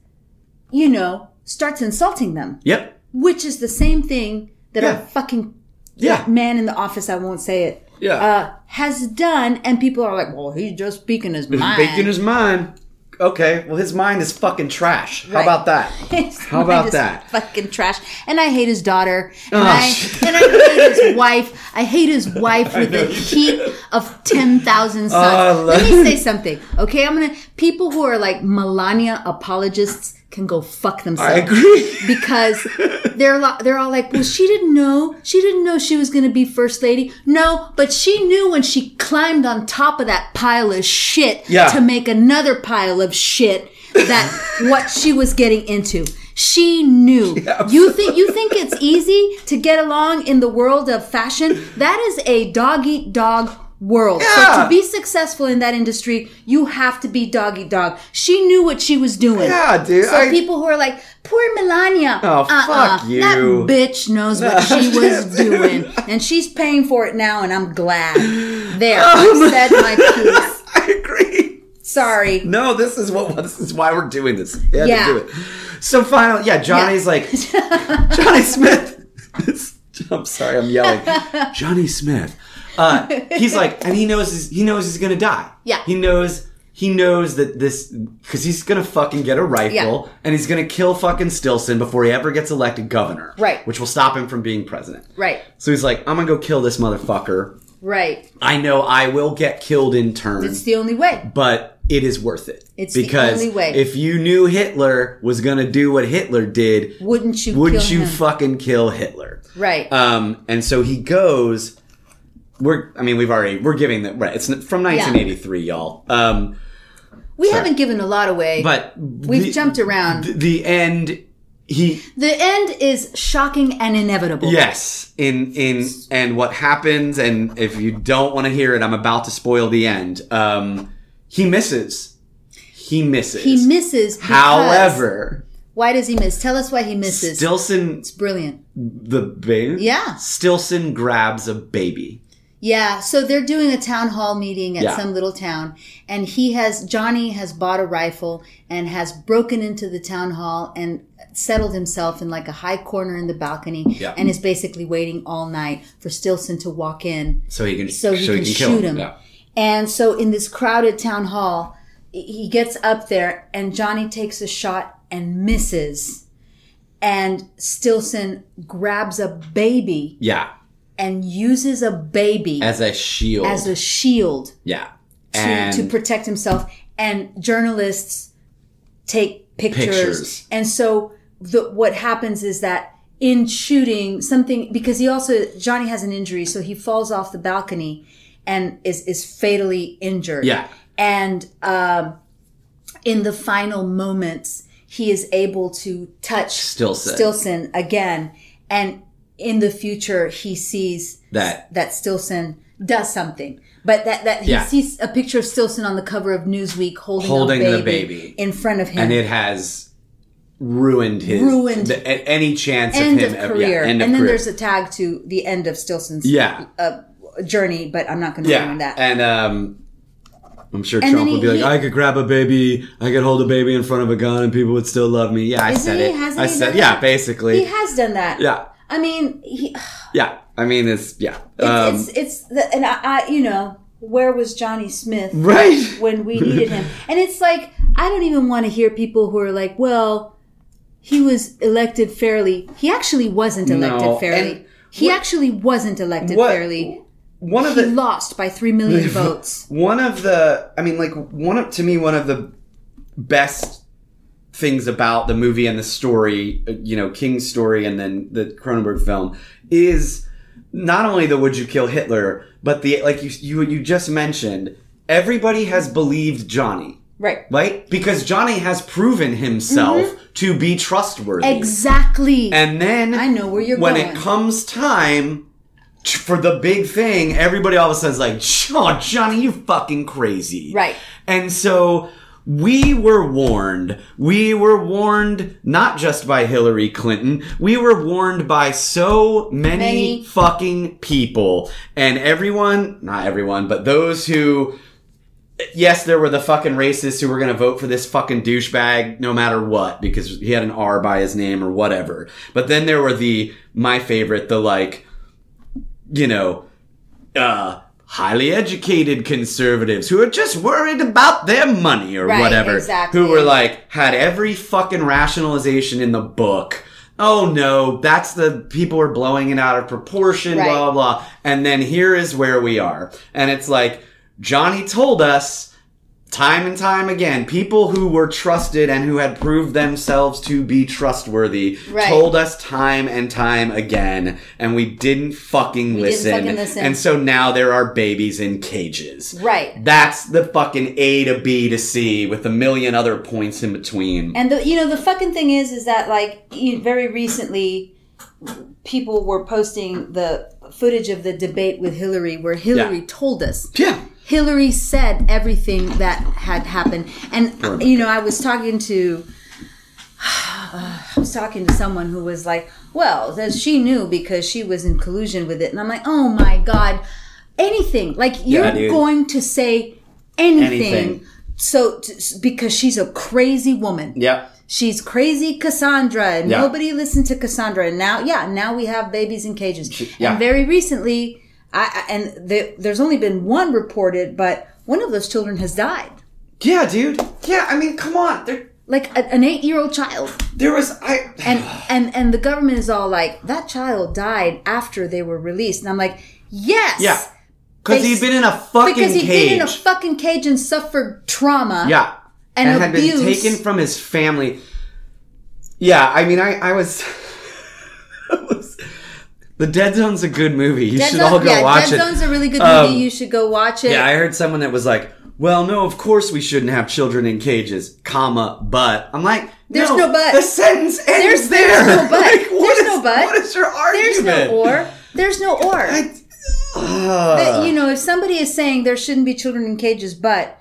you know, starts insulting them, Yep. which is the same thing that Yeah. a fucking Yeah. man in the office, I won't say it, Yeah. uh, has done and people are like, "Well, he's just speaking his mind." Bacon is mine. Okay, well, his mind is fucking trash. How Right. about that? How about that? Fucking trash. And I hate his daughter. And, Oh, I, shit. and I hate his wife. I hate his wife with the heat of 10,000 suns. Oh, Let lo- me say something, okay? I'm going to. People who are like Melania apologists can go fuck themselves. I agree. Because they're lo- they're all like, well, she didn't know. She didn't know she was going to be first lady. No, but she knew when she climbed on top of that pile of shit Yeah. to make another pile of shit that what she was getting into. She knew. You think you think it's easy to get along in the world of fashion? That is a dog eat dog world. So Yeah. to be successful in that industry, you have to be dog eat dog. She knew what she was doing. Yeah, dude, So I- people who are like, poor Melania. Oh, uh-uh, fuck you. That bitch knows what No. she was doing. And she's paying for it now, and I'm glad. There, Um, I said my piece. I agree. Sorry. No, this is what this is why we're doing this. They had Yeah. to do it. So finally, yeah, Johnny's like Johnny Smith. I'm sorry, I'm yelling. Johnny Smith. Uh, he's like, and he knows he's, he knows he's gonna die. Yeah. He knows he knows that this because he's gonna fucking get a rifle Yeah. and he's gonna kill fucking Stilson before he ever gets elected governor. Right. Which will stop him from being president. Right, So he's like, I'm gonna go kill this motherfucker. right. I know I will get killed in turn It's the only way. but it is worth it. It's the because only way. if you knew Hitler was going to do what Hitler did, Wouldn't you wouldn't kill you him? fucking kill Hitler? right. Um, and so he goes. We're, I mean, we've already we're giving that right. It's from 1983, y'all. Um, we haven't given a lot away. but We've jumped around. The, the end. He the end is shocking and inevitable. yes, in in and what happens, and if you don't want to hear it, I'm about to spoil the end. Um, he misses. He misses. He misses. because- However, why does he miss? Tell us why he misses. Stilson it's brilliant. the baby. Yeah. Stilson grabs a baby. Yeah, so they're doing a town hall meeting at Yeah. some little town, and he has Johnny has bought a rifle and has broken into the town hall and settled himself in like a high corner in the balcony, Yeah. and is basically waiting all night for Stilson to walk in So he can so he can, shoot him. And so in this crowded town hall, he gets up there and Johnny takes a shot and misses. And Stilson grabs a baby Yeah. and uses a baby as, As a shield. a shield yeah. to, to protect himself. And journalists take pictures. Pictures. And so the, what happens is that in shooting something, because he also, Johnny has an injury, so he falls off the balcony and is, is fatally injured. Yeah. And um, in the final moments, he is able to touch Stilson. Stilson again. And in the future, he sees That- that Stilson does something. But that, that he Yeah. sees a picture of Stilson on the cover of Newsweek holding, Holding a baby the baby. in front of him. and it has ruined his Ruined- the, a- any chance end of of him ever- yeah, career. end of and then career. there's a tag to the end of Stilson's Yeah. uh, journey, but I'm not going to yeah. ruin that. And um I'm sure And Trump then would be he- like, I could grab a baby, I could hold a baby in front of a gun, and people would still love me. Yeah, I Isn't said he- it. hasn't I he said, done yeah, that? basically, he has done that. yeah, I mean, he, yeah. I mean, it's yeah. it's, Um, it's, it's the, and I, I, you know, where was Johnny Smith? right. when we needed him. And it's like, I don't even want to hear people who are like, well, he was elected fairly. He actually wasn't elected No, fairly. and He what- actually wasn't elected what- fairly. one of He the lost by three million votes. one of the I mean like one of to me one of the best things about the movie and the story, uh, you know, King's story and then the Cronenberg film is not only the would you kill Hitler, but the like you you you just mentioned everybody has believed Johnny. Right. Right? Because Johnny has proven himself to be trustworthy. Exactly. And then I know where you're when going. it comes time t- for the big thing, everybody all of a sudden is like, "Oh, Johnny, you fucking crazy!" Right. And so we were warned. We were warned not just by Hillary Clinton. We were warned by so many, Many. fucking people, and everyone, not everyone, but those who. Yes, there were the fucking racists who were going to vote for this fucking douchebag no matter what because he had an R by his name or whatever. But then there were the my favorite, the like, you know, uh, highly educated conservatives who are just worried about their money or Right, whatever. exactly. Who were like, had every fucking rationalization in the book. Oh no, that's the people are blowing it out of proportion, Right. blah, blah, blah. And then here is where we are. And it's like, Johnny told us time and time again, people who were trusted and who had proved themselves to be trustworthy Right. told us time and time again, and we didn't fucking We didn't listen. fucking listen. And so now there are babies in cages. right. That's the fucking A to B to C with a million other points in between. And the you know the fucking thing is is that like e- very recently people were posting the footage of the debate with Hillary where Hillary Yeah. told us yeah. Hillary said everything that had happened. And, Right. you know, I was talking to. I was talking to someone who was like, well, then she knew because she was in collusion with it. And I'm like, oh my God, anything. Like, you're dude. going to say anything. Anything. So, t- because she's a crazy woman. Yep. She's crazy Cassandra. and Yeah. Nobody listened to Cassandra. And now, yeah, now we have babies in cages. yeah. And very recently, I, I and the, there's only been one reported, but one of those children has died. Yeah, dude. Yeah, I mean, come on. There, Like a, an eight year old child. there was. I. And, and, and the government is all like, that child died after they were released. And I'm like, yes. yeah. Because They- he'd been in a fucking Because he'd cage. been in a fucking cage and suffered trauma. Yeah. And had been abuse. taken from his family. Yeah, I mean, I, I was. I was- the Dead Zone's a good movie. You Dead should Zone- all go yeah, watch Dead it. Zone's a really good Um, movie. You should go watch it. yeah, I heard someone that was like, well, no, of course we shouldn't have children in cages, comma, but. I'm like, There's no but. The sentence ends There's- there. there's no but. Like, what There's is- no but. What is your There's argument? no or. There's no or. I- uh. Ugh. But, you know, if somebody is saying there shouldn't be children in cages, but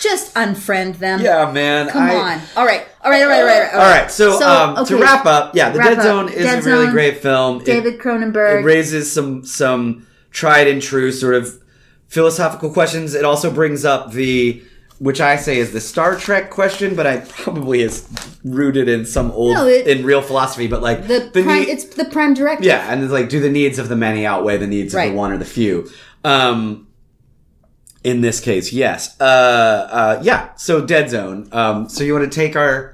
just unfriend them. yeah, man. Come I- on. All right. All right. All right. All right. All right, so, um, to okay. wrap up, yeah, The Wrap Dead up. Zone is Dead a really Zone, great film. It- David Cronenberg. It raises some some tried and true sort of philosophical questions. It also brings up the which I say is the Star Trek question, but I probably is rooted in some old No, it- in real philosophy. But like the prime, need- it's the prime directive. yeah, and it's like do the needs of the many outweigh the needs of Right. the one or the few? Um, in this case, yes. Uh, uh, yeah. So Dead Zone. Um, so you want to take our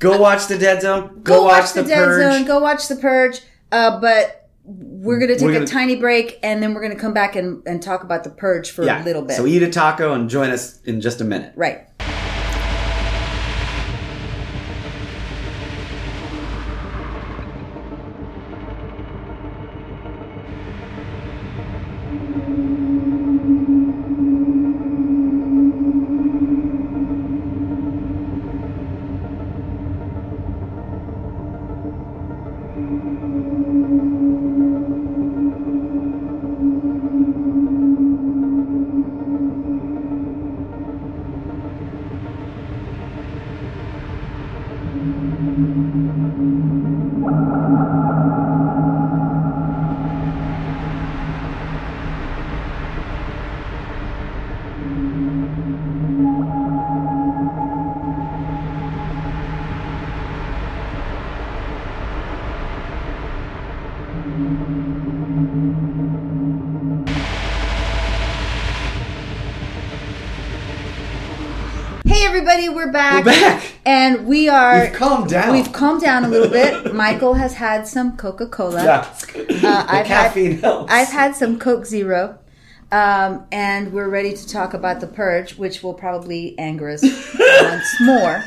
go watch the Dead Zone. Go, watch, the, Dead Purge. Zone. Go watch the Purge. Uh, but we're gonna take We're gonna- a tiny break and then we're gonna come back and, and talk about the Purge for yeah. a little bit. So eat a taco and join us in just a minute. right. everybody. We're back. We're back. And we are. We've calmed down. We've calmed down a little bit. Michael has had some Coca Cola. Yeah. Uh, I've caffeine had, helps. I've had some Coke Zero. Um, and we're ready to talk about the purge, which will probably anger us once more.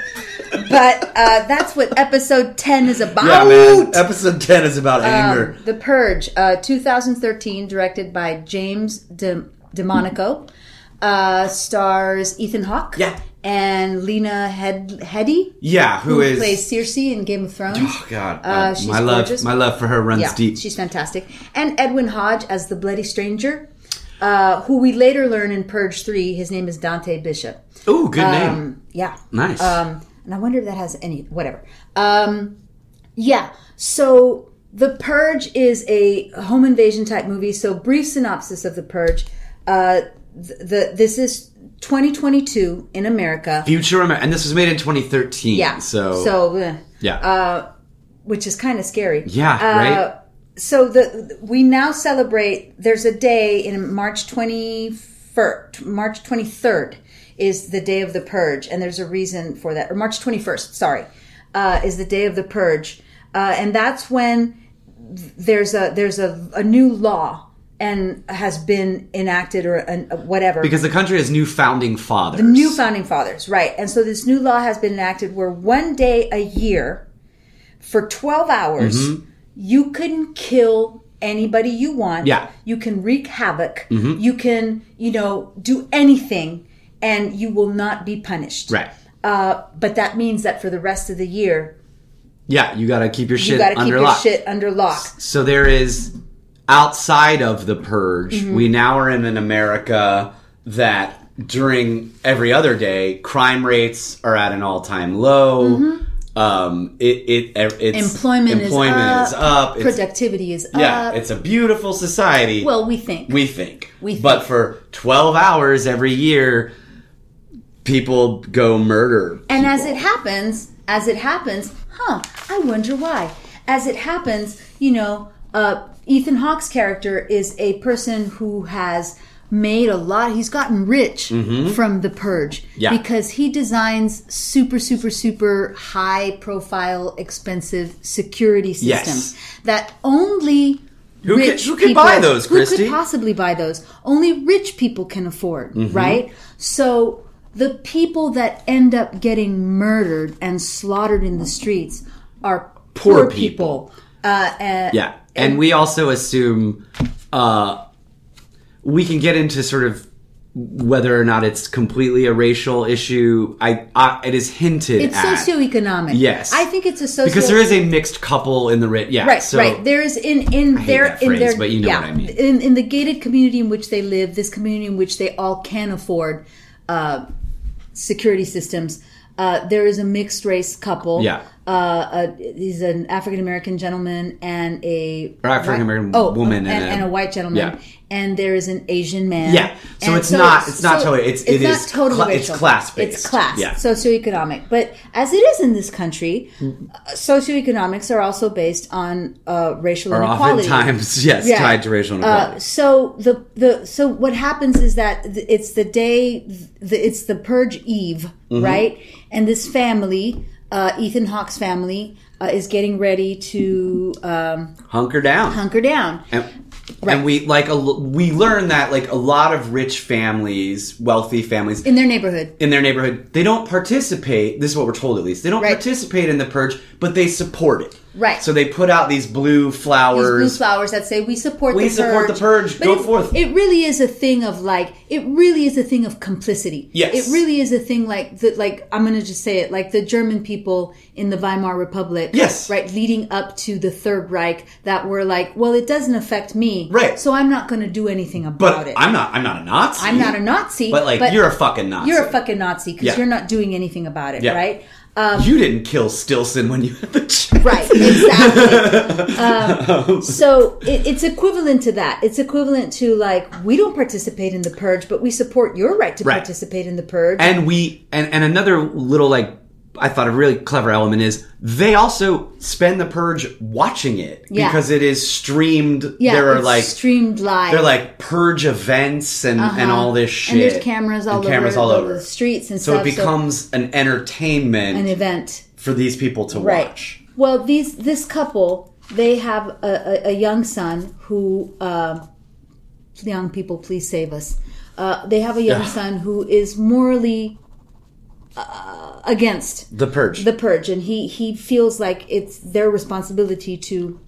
But uh, that's what episode 10 is about. Um, yeah, man. Episode 10 is about anger. The Purge, uh, 2013, directed by James De- DeMonico, uh, stars Ethan Hawke Yeah. and Lena Head- Heady, Yeah, who is. plays Circe in Game of Thrones. Oh God, Uh, uh, she's my love, gorgeous. my love for her runs yeah, deep. she's fantastic. And Edwin Hodge as the Bloody Stranger, uh, who we later learn in Purge 3, his name is Dante Bishop. Ooh, good name. Um, yeah. Nice. Um, and I wonder if that has any whatever. Um, yeah. So the Purge is a home invasion type movie. So brief synopsis of the Purge. Uh, th- the this is 2022 in America. Futurama, and this was made in 2013. Yeah. So, so eh, yeah, which is kind of scary. yeah, right. So the we now celebrate. There's a day in March 21st, March 23rd is the day of the purge, and there's a reason for that. Or March 21st, sorry, uh, is the day of the purge, uh, and that's when there's a there's a, a new law and has been enacted or an, whatever Because the country has new founding fathers. new founding fathers, right? And so this new law has been enacted where one day a year, for twelve hours, Mm-hmm. you can kill anybody you want. Yeah. Mm-hmm. you can wreak havoc. You can, you know, do anything, and you will not be punished. right? Uh, but that means that for the rest of the year, Yeah, you got to keep your you shit got to keep under your lock. shit under lock. So there is outside of the purge. Mm-hmm. We now are in an America that during every other day, crime rates are at an all-time low. Um, it it it's, Mm-hmm. Employment is employment is up. It's- Productivity is yeah, up. it's a beautiful society. well, we think We think. We think. But for 12 hours every year, people go murder. And as it happens, as it happens, huh, I wonder why. As it happens, you know, uh, Ethan Hawke's character is a person who has made a lot, he's gotten rich from The Purge. Mm-hmm. Yeah. Because he designs super, super, super high profile, expensive security Yes. systems that only. Who could- rich who could people- buy those, Who could Christy? possibly buy those? Only rich people can afford, Mm-hmm. right? So the people that end up getting murdered and slaughtered in the streets are poor, Poor people. Uh, uh, Yeah. And we also assume uh, we can get into sort of whether or not it's completely a racial issue. I, I It is hinted It's at. socioeconomic. Yes. I think it's a socio. because there is a mixed couple in the writ. Yeah. Right, so, right. There is in in their that in phrase, their but you know yeah, what I mean. in in the gated community in which they live, this community in which they all can afford uh, security systems. Uh, there is a mixed race couple. Yeah. uh, a, he's an African American gentleman and a Or African-American white- oh, and, woman and and, a- a white gentleman. yeah. And there is an Asian man. Yeah. So And it's not- it's not totally- it's- it not is totally cla- it's racial. class-based. It's class. Yeah. Socioeconomic, but as it is in this country, socioeconomics are also based on uh, racial Are inequality. oftentimes, yes, Yeah. tied to racial inequality. Uh, so the the so what happens is that th- it's the day, the, it's the purge eve, right? And this family, uh, Ethan Hawke's family, uh, is getting ready to um, Hunker down. hunker down. And, and we like a, l- we learn that like a lot of rich families, wealthy families in their neighborhood. in their neighborhood, they don't participate. This is what we're told, at least. They don't Right. participate in the purge, but they support it. Right. So they put out these blue These blue flowers. flowers that say we support We the support purge. the purge. But Go it, forth. It really is a thing of like it really is a thing of complicity. Yes. It really is a thing like the like I'm gonna just say it, like the German people in the Weimar Republic. Yes. Right, leading up to the Third Reich that were like, Well, it doesn't affect me. Right. So I'm not gonna do anything about but it. I'm not. I'm not a Nazi. I'm not a Nazi. But like, you're a fucking Nazi. you're a fucking Nazi because Yeah. you're not doing anything about it, Yeah. right? You didn't kill Stilson when you had the chance. Right, exactly. um, so it, it's equivalent to that. It's equivalent to like we don't participate in the purge, but we support your right to Right. participate in the purge. And we and and another little like I thought a really clever element is they also spend the purge watching it Yeah. because it is streamed. Yeah, there are it's like streamed live. they're like purge events and and all this shit. Uh-huh. and there's cameras all And cameras over, all the over. streets and So it stuff. becomes an entertainment an event. for these people to watch. Right. Well, these this couple they have a, a, a young son who uh, young people please save us. Uh, they have a young Yeah. son who is morally uh, against The purge. the purge and he he feels like it's their responsibility to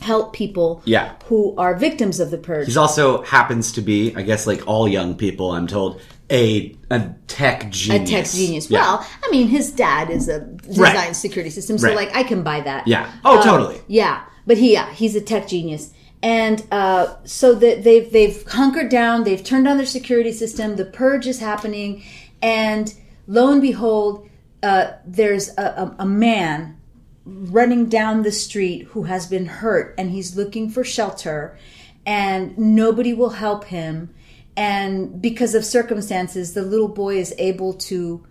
help people Yeah. who are victims of the purge He's also happens to be, I guess, like all young people, I'm told, a a tech a genius. tech genius. Yeah. Well, I mean, his dad is a design Right. security system, so Right. like I can buy that. Yeah. Oh, totally. Yeah, but he yeah he's a tech genius, and uh, so that they've they've hunkered down, they've turned on their security system. The purge is happening, and lo and behold, uh, there's a, a, a man running down the street who has been hurt, and he's looking for shelter, and nobody will help him. And because of circumstances, the little boy is able to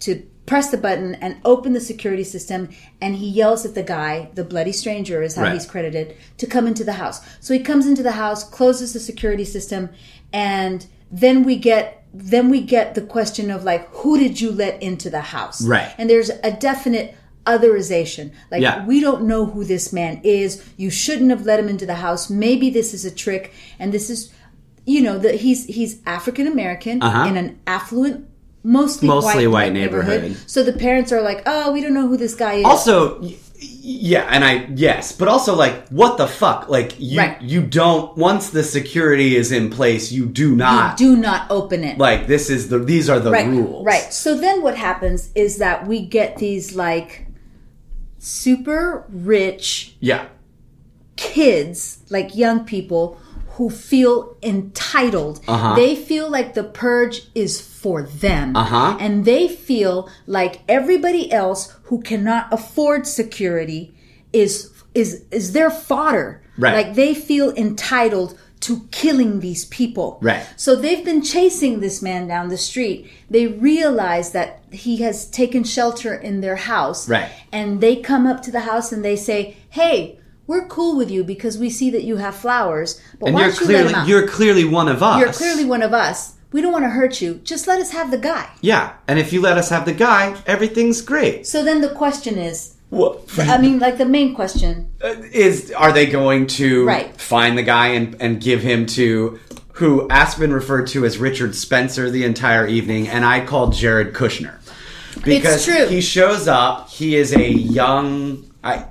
to press the button and open the security system and he yells at the guy the bloody stranger is how Right. he's credited to come into the house so he comes into the house closes the security system and then we get then we get the question of like who did you let into the house Right. and there's a definite otherization like Yeah. we don't know who this man is you shouldn't have let him into the house maybe this is a trick and this is you know that he's he's african american Uh-huh. in an affluent mostly Mostly white neighborhood. So the parents are like, "Oh, we don't know who this guy is." Also, y- yeah, and I yes, but also like, what the fuck? Like you Right. you don't once the security is in place, you do not do not open it. like this is the these are the right, rules. right. So then what happens is that we get these like super rich Yeah. kids, like young people who feel entitled. They feel like the purge is for them. Uh-huh. And they feel like everybody else who cannot afford security is is is their fodder. Right. Like they feel entitled to killing these people. Right. So they've been chasing this man down the street. They realize that he has taken shelter in their house. Right. And they come up to the house and they say, "Hey, we're cool with you because we see that you have flowers, but And why you're don't you let clearly him out? you're clearly one of us. You're clearly one of us. We don't want to hurt you. Just let us have the guy." Yeah. And if you let us have the guy, everything's great. So then the question is, What I mean, like the main question, is are they going to Right. find the guy and, and give him to who Aspen referred to as Richard Spencer the entire evening, and I called Jared Kushner because true. he shows up. He is a young, I,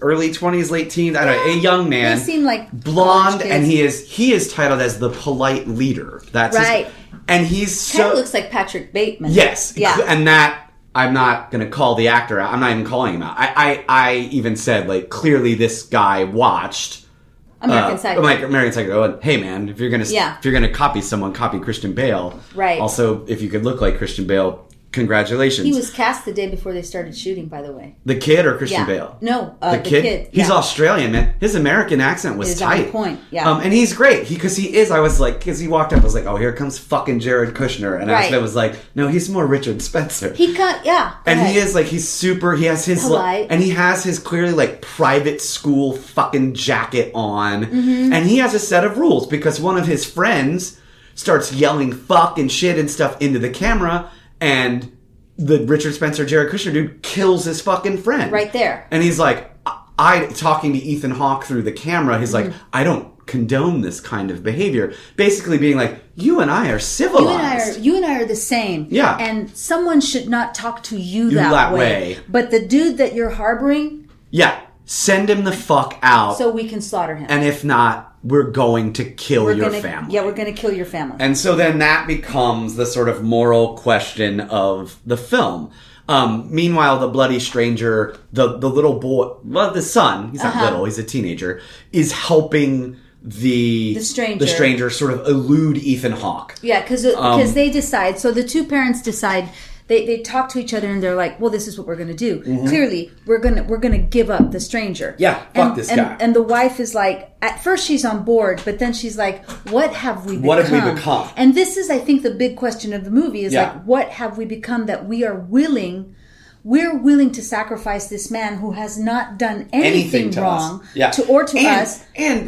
early twenties, late teens. I don't know, a young man. They seem like college blonde, kids. and he is he is titled as the polite leader. That's his- Right. and he's kind so of looks like Patrick Bateman. Yes. Yeah. And uh, that I'm not gonna call the actor out. I'm not even calling him out. I I, I even said like clearly this guy watched American uh, Psycho. Amer- American Psycho. And, hey man, if you're gonna Yeah. if you're gonna copy someone, copy Christian Bale. Right. Also, if you could look like Christian Bale, congratulations. He was cast the day before they started shooting, by the way. the kid or Christian Yeah. Bale? No, uh, the kid, He's yeah. Australian, man. His American accent was Is on tight. point, yeah. Um, and he's great. He because he is. I was like, because he walked up, I was like, oh, here comes fucking Jared Kushner, and Right. I was like, no, he's more Richard Spencer. He cut, yeah. go And he ahead. is like he's super. He has his Polite. like, and he has his clearly like private school fucking jacket on, and he has a set of rules because one of his friends starts yelling fuck and shit and stuff into the camera, and the Richard Spencer Jared Kushner dude kills his fucking friend Right there. and he's like, I, I talking to Ethan Hawke through the camera. He's like, I don't condone this kind of behavior. Basically, being like, you and I are civilized. You and I are you and I are the same. Yeah. And someone should not talk to you, that, that way. way. But the dude that you're harboring, yeah, send him the fuck out. so we can slaughter him. and if not, we're going to kill we're your gonna, family. Yeah, we're gonna kill your family. and so then that becomes the sort of moral question of the film. Um, meanwhile, the bloody stranger, the the little boy, well, the son, he's Uh-huh. not little, he's a teenager, is helping the The stranger. the stranger sort of elude Ethan Hawke. yeah, because Um, because they decide. So the two parents decide. They, they talk to each other and they're like, "Well, this is what we're gonna do. Clearly, we're gonna we're gonna give up the stranger." Mm-hmm. Yeah, fuck and, this and, guy. And the wife is like, at first she's on board, but then she's like, "What have we? What have become? we become? And this is, I think, the big question of the movie is Yeah. like, what have we become that we are willing? we're willing to sacrifice this man who has not done anything, anything to wrong us. Yeah. to or to and, us. And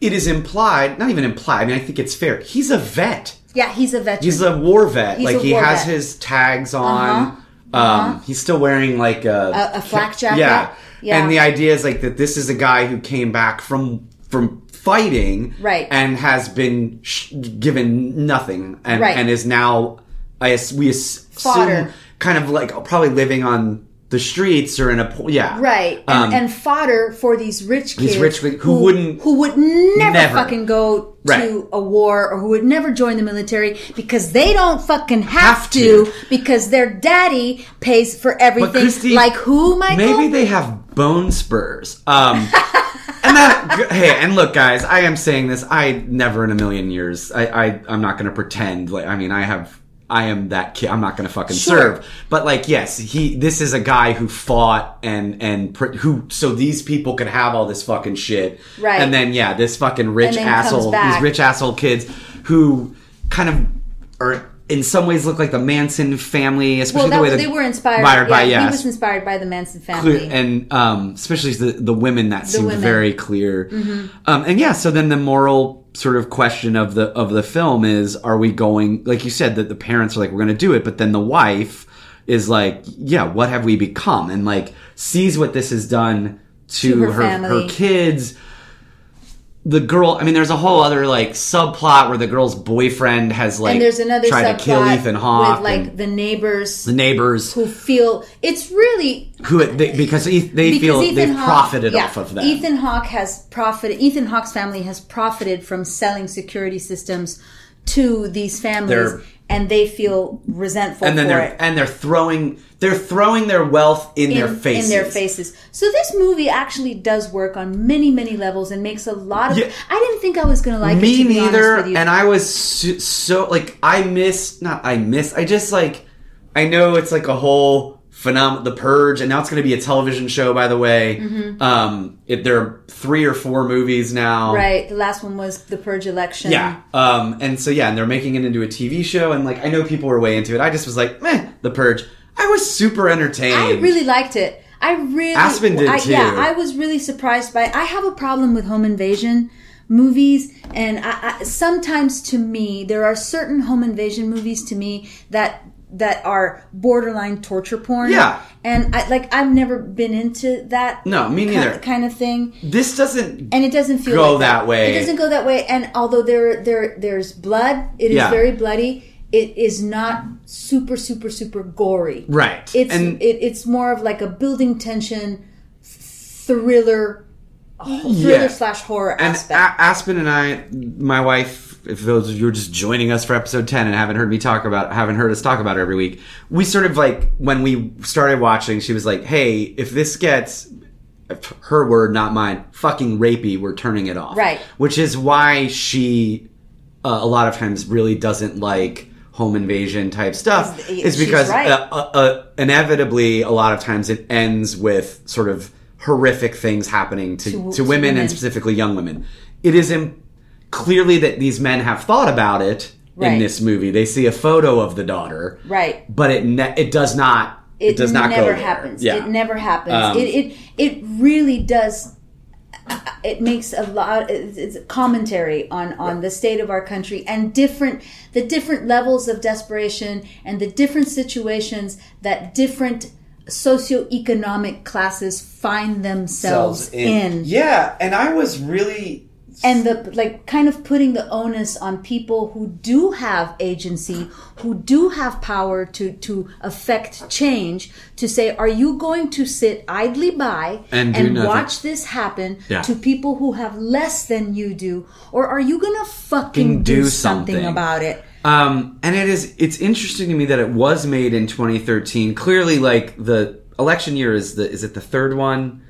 it is implied, not even implied, I mean, I think it's fair. He's a vet. Yeah, he's a veteran. He's a war vet. He's like, a he war has vet. Uh-huh. his tags on. Um, He's still wearing, like, a, a, a flak jacket. Yeah. yeah. And the idea is, like, that this is a guy who came back from from fighting Right. and has been sh- given nothing and, Right. and is now, I ass- we ass- assume, Fodder. kind of like probably living on the streets or in a, po- yeah. Right, Um, and, and fodder for these rich kids, rich who wouldn't- who would never, never. fucking go Right. to a war, or who would never join the military because they don't fucking have, Have to, to. because their daddy pays for everything. Christy, like who, Michael? Maybe they have bone spurs. Um, and that, hey, and look, guys, I am saying this. I never in a million years. I, I I'm not going to pretend. Like, I mean, I have. I am that kid. I'm not going to fucking Sure. serve. But like, yes, he. This is a guy who fought and and pr- who. So these people could have all this fucking shit. Right. And then yeah, this fucking rich And then comes asshole. These back. rich asshole kids who kind of are. In some ways, look like the Manson family, well, especially that, the way they the- were inspired. By, by yeah, yeah, he was inspired by the Manson family. clear and um, especially the the women that seemed women. Mm-hmm. very clear. Um, and yeah, so then the moral sort of question of the of the film is: Are we going? Like you said, that the parents are like, "We're going to do it," but then the wife is like, "Yeah, what have we become?" And like sees what this has done to, To her her her family. kids the girl i mean there's a whole other like subplot where the girl's boyfriend has like and there's another tried to kill subplot ethan hawke with like and the neighbors the neighbors who feel it's really who they, because Eth- they feel they've Hawke- profited yeah, off of that. Ethan Hawke has profited. Ethan Hawke's family has profited from selling security systems to these families, They're- and they feel resentful and then for they're it. and they're throwing they're throwing their wealth in, their in- In faces. their faces. So this movie actually does work on many, many levels and makes a lot of. Yeah. I didn't think I was going to like it. Me to be honest neither. with you. And I was so, so like I miss not I miss I just like I know it's like a whole phenomenon the purge and now it's going to be a television show by the way. Mm-hmm. Um it, there are 3 or 4 movies now. right, the last one was the Purge election. Yeah. Um, and so yeah, and they're making it into a TV show, and like I know people were way into it. I just was like, meh, The Purge. I was super entertained. I really liked it. I really Aspen did I, Yeah, too. I was really surprised by. I have a problem with home invasion movies, and I, I, sometimes to me there are certain home invasion movies to me that that are borderline torture porn. Yeah. and I like I've never been into that. No, me ki- neither. Kind, of thing, This doesn't and it doesn't feel Go like that way. It doesn't go that way, and although there there there's blood, it is Yeah. very bloody. It is not super super super gory. right. It's and it, it's more of like a building tension thriller thriller Yeah. slash horror and aspect. A- Aspen and I, my wife, if those of you are just joining us for episode ten and haven't heard me talk about, haven't heard us talk about her every week, we sort of like when we started watching, she was like, "Hey, if this gets." Her word, not mine. Fucking rapey. We're turning it off. Right. Which is why she, uh, a lot of times, really doesn't like home invasion type stuff. She's- Is she's because right. uh, uh, uh, inevitably, a lot of times, it ends with sort of horrific things happening to to, to women, women. and specifically young women. It is Im- clearly that these men have thought about it in Right. this movie. They see a photo of the daughter, right. but it ne- it does not. It, It, does not never go there. happens. Yeah. It never happens. Um, it, it it really does it makes a lot it's it's a commentary on on the state of our country and different the different levels of desperation and the different situations that different socioeconomic classes find themselves in. Yeah, and I was really and the like kind of putting the onus on people who do have agency who do have power to to affect change to say are you going to sit idly by And do nothing. watch this happen Yeah. to people who have less than you do or are you gonna fucking Fucking do, do something. something. about it Um, and it is it's interesting to me that it was made in 2013. Clearly, like the election year is the is it the third one?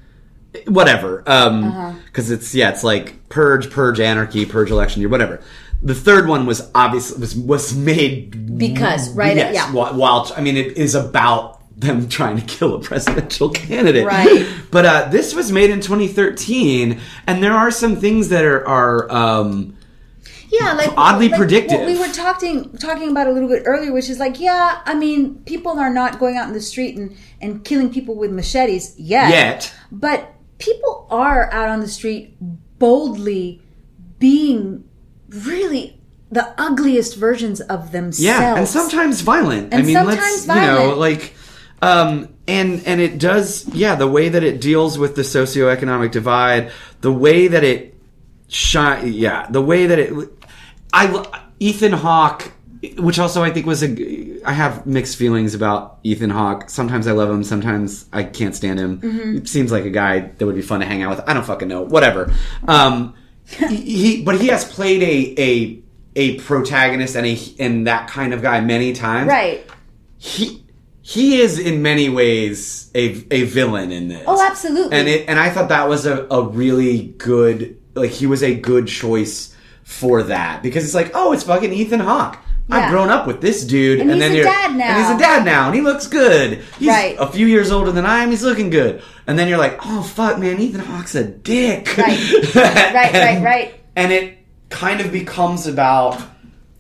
Whatever, because Uh-huh. it's yeah, it's like purge, purge, anarchy, purge, election year, whatever. The third one was obviously was was made Because, right, Mm, Yes, yeah. whi- while I mean it is about them trying to kill a presidential candidate, Right. But uh, this was made in 2013, and there are some things that are are. Um, yeah, like Oddly like predictive. What we were talking talking about a little bit earlier, which is like, yeah, I mean, people are not going out in the street and and killing people with machetes yet. Yet. but people are out on the street boldly being really the ugliest versions of themselves. Yeah, and sometimes violent. I And mean, let's sometimes you know, violent. like, um, and and it does. Yeah, the way that it deals with the socioeconomic divide, the way that it shine. Yeah, the way that it. I lo- Ethan Hawke, which also I think was a. g- I have mixed feelings about Ethan Hawke. Sometimes I love him. Sometimes I can't stand him. Mm-hmm. It seems like a guy that would be fun to hang out with. I don't fucking know. Whatever. Um, he, he- but he has played a a a protagonist and a and that kind of guy many times. right. He he is in many ways a a villain in this. Oh, absolutely. And it and I thought that was a, a really good like he was a good choice for that because it's like oh it's fucking Ethan Hawke. I've Yeah. grown up with this dude, and, And he's then a you're, dad now. and he's a dad now, and he looks good. He's Right. a few years older than I am. He's looking good, and then you're like, oh fuck, man, Ethan Hawke's a dick. Right. right, And- right. And it kind of becomes about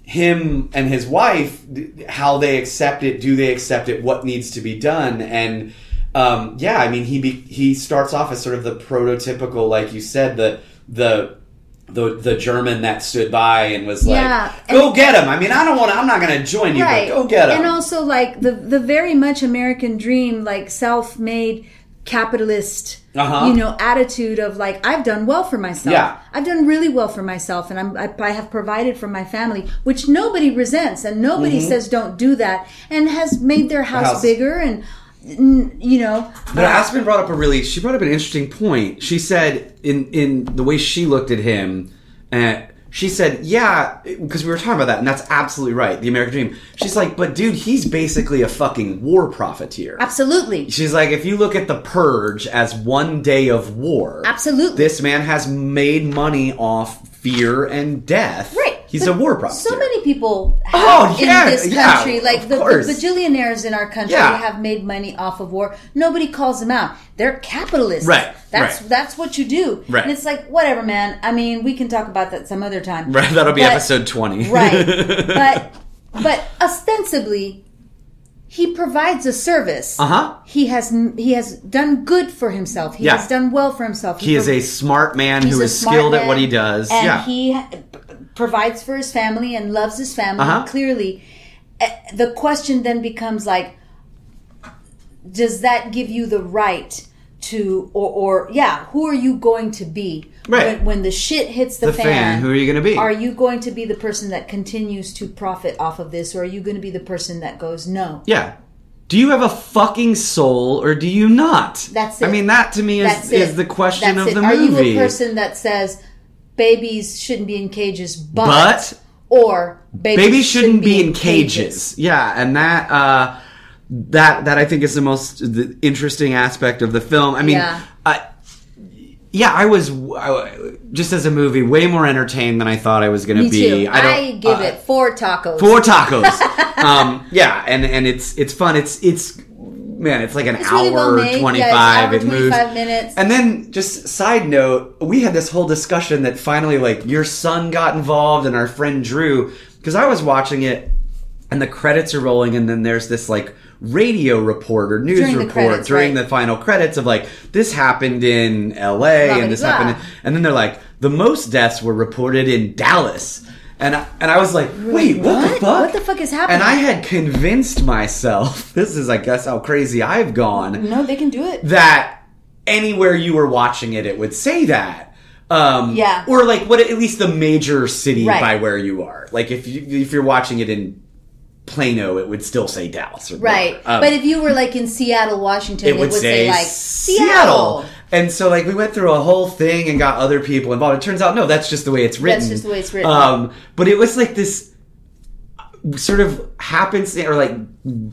him and his wife, th- how they accept it, do they accept it, what needs to be done, and um, yeah, I mean, he be, he starts off as sort of the prototypical, like you said, the the. The, the German that stood by and was like, Yeah, "Go get him." I mean, I don't want. I'm not going to join you, right. but go "Oh, get him. And also like the the very much American dream, like self made capitalist Uh-huh. you know attitude of like i've done well for myself Yeah. i've done really well for myself and I'm, I, I have provided for my family which nobody resents and nobody says don't do that and has made their house, Mm-hmm. house. bigger and n- you know uh, But Aspen brought up a really she brought up an interesting point. She said in in the way she looked at him, uh, she said, "Yeah, because we were talking about that, and that's absolutely right. The American dream." She's like, "But dude, he's basically a fucking war profiteer." absolutely She's like, if you look at the purge as one day of war, Absolutely. this man has made money off fear and death. Right. he's But a war profiteer. So many people Oh, have yeah, in this yeah, country, like of the, the course. bajillionaires in our country, Yeah. have made money off of war. Nobody calls them out. They're capitalists. Right, That's right. that's what you do. Right. And it's like whatever, man. I mean, we can talk about that some other time. Right, that'll be But- episode twenty. Right. but but ostensibly, he provides a service. uh huh. He has he has done good for himself. He Yeah. has done well for himself. He is pro- a smart man He's who a is smart skilled at man, what he does. And yeah. he uh, p- provides for his family and loves his family Uh-huh. clearly. Uh, The question then becomes like, does that give you the right to, or, or yeah, who are you going to be Right. when, when the shit hits the, The fan, who are you gonna be? Are you going to be the person that continues to profit off of this, or are you going to be the person that goes no? Yeah. Do you have a fucking soul or do you not? That's I it. mean, that to me That's is, it. is the question That's of it. the Are movie. you a person that says babies shouldn't be in cages, but, But- or babies, Babies shouldn't be in cages. Yeah, and that uh, that that I think is the most the interesting aspect of the film. I mean, Yeah. I- yeah, I was I- just as a movie way more entertained than I thought I was going to Me be. too. I, don't- give uh, it four tacos. four tacos. um, yeah, and and it's it's fun. It's it's man, it's like an It's hour really well made. twenty Yeah, five. it's it hour moves. 25 minutes. And then just side note, we had this whole discussion that finally like your son got involved and our friend Drew because I was watching it and the credits are rolling and then there's this like radio report or news During the report credits, during right. the final credits of like this happened in LA and this Blah-blah-blah. happened in, and then they're like the most deaths were reported in Dallas. And I, and I was like, wait, what, the What? fuck? What the fuck is happening? And I had convinced myself, this is, I guess, how crazy I've gone, no, they can do it. that anywhere you were watching it, it would say that. Um, Yeah. Or like what at least the major city Right. by where you are. Like if you if you're watching it in Plano, it would still say Dallas. Or right. whatever. Um, but if you were like in Seattle, Washington, it would say, like Seattle. Seattle. And so, like, we went through a whole thing and got other people involved. It turns out, no, that's just the way it's written. just the way it's written. Um, but it was like this sort of happens or like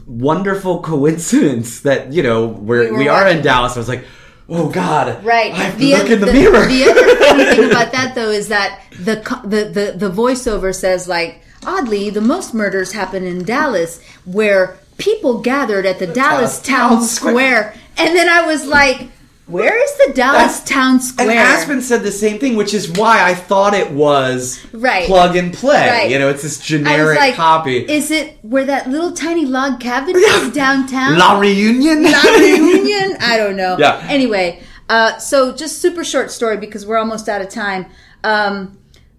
wonderful coincidence that you know we're, We we, were are in watching. Dallas. I was like, oh god, Right. I have to look in the, mirror. The other funny thing about that though is that the co- the the, the voiceover says like oddly the most murders happen in Dallas where people gathered at the Dallas, Dallas town, Town Square. square. and then I was like Where is the Dallas That's- town And square? Aspen said the same thing, which is why I thought it was Right. plug and play. Right. You know, it's this I was generic like, copy. Is it where that little tiny log cabin is downtown? La reunion. La Reunion? I don't know. Yeah. Anyway, uh, so just super short story because we're almost out of time. Um,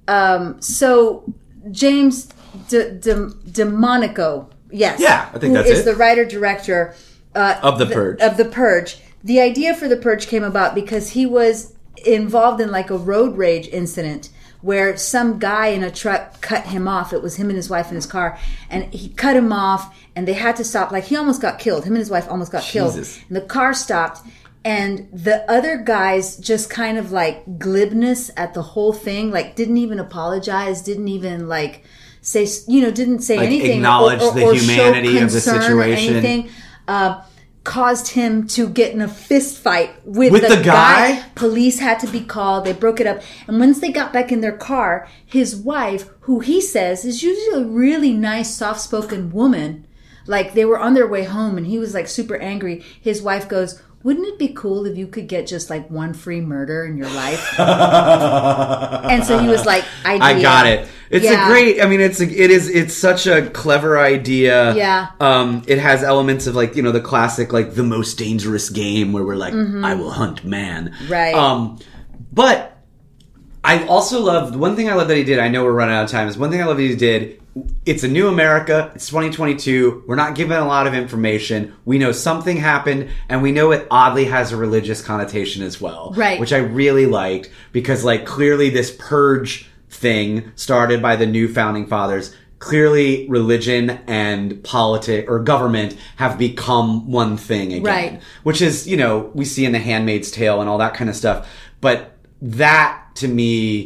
um, so James De- De- DeMonico, yes, Yeah, I think who that's is it. the writer director uh, Of The Purge. Of the Purge. The idea for the Purge came about because he was involved in like a road rage incident where some guy in a truck cut him off. It was him and his wife in his car, and he cut him off, and they had to stop. Like he almost got killed. Him and his wife almost got Jesus. killed. And the car stopped. And the other guys just kind of like glibness at the whole thing, like didn't even apologize, didn't even like say, you know, didn't say anything, or- acknowledge or- the or humanity show of the concern or situation. anything, uh, caused him to get in a fist fight with, With the guy? Police had to be called. They broke it up. And once they got back in their car, his wife, who he says is usually a really nice, soft spoken woman, like they were on their way home and he was like super angry. His wife goes, wouldn't it be cool if you could get just like one free murder in your life? and so he was like, I, I do, got yeah. it. It's Yeah. a great. I mean, it's a, it is it's such a clever idea. Yeah. Um, it has elements of like you know the classic like the most dangerous game where we're like I will hunt man. Mm-hmm. Right. Um, but I also love one thing I love that he did. I know we're running out of time. Is one thing I love that he did. It's a new America. It's 2022. We're not given a lot of information. We know something happened, and we know it oddly has a religious connotation as well, Right. Which I really liked because, like, clearly this purge thing started by the new founding fathers. Clearly, religion and politic or government have become one thing again Right. which is you know we see in the handmaid's tale and all that kind of stuff but that to me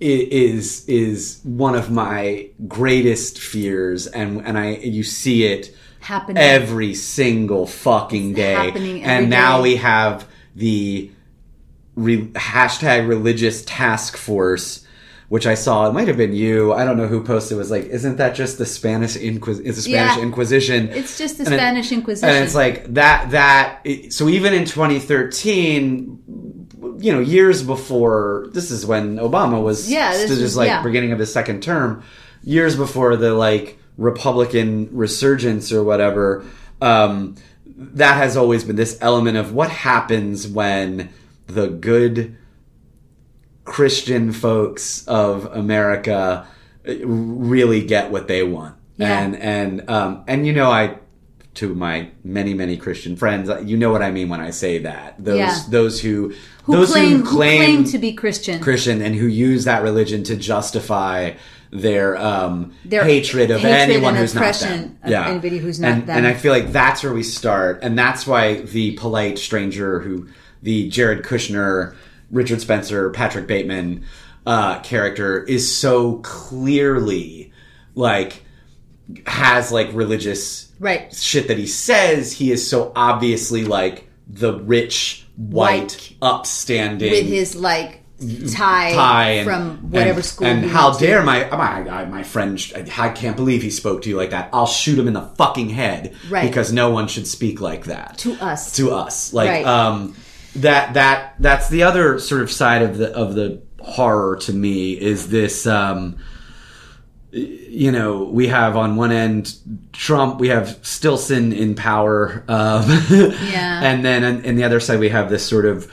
i- is is one of my greatest fears and and i you see it Happening. every single fucking day happening every and now day. we have the re- hashtag religious task force which I saw, it might have been you. I don't know who posted. Was like, isn't that just the Spanish Inquisition? Is the Spanish Yeah. Inquisition? It's just the And it- Spanish Inquisition. and it's like that that it- so even in 2013 you know years before this is when obama was Yeah, this this is was- like yeah. beginning of his second term years before the like republican resurgence or whatever um that has always been this element of what happens when the good Christian folks of America uh, really get what they want. Yeah. And and um and you know I to my many many Christian friends, Uh, you know what I mean when I say that. Those Yeah. those who, who those claim, who claim, to be Christian. Christian and who use that religion to justify their um Their hatred of hatred anyone and who's not oppression them. of anybody who's not and, them. And I feel like that's where we start, and that's why the polite stranger who the Jared Kushner, Richard Spencer, Patrick Bateman uh, character is so clearly like has like religious Right. shit that he says, he is so obviously like the rich, white, upstanding With his like tie, Mm-hmm. tie and, from whatever and- school. And he how went to. dare my my my friend? I can't believe he spoke to you like that. I'll shoot him in the fucking head Right. because no one should speak like that To us. To us, like Right. um, that that that's the other sort of side of the of the horror to me is this um you know, we have on one end Trump, we have Stilson in power, um, Yeah. and then on, on the other side we have this sort of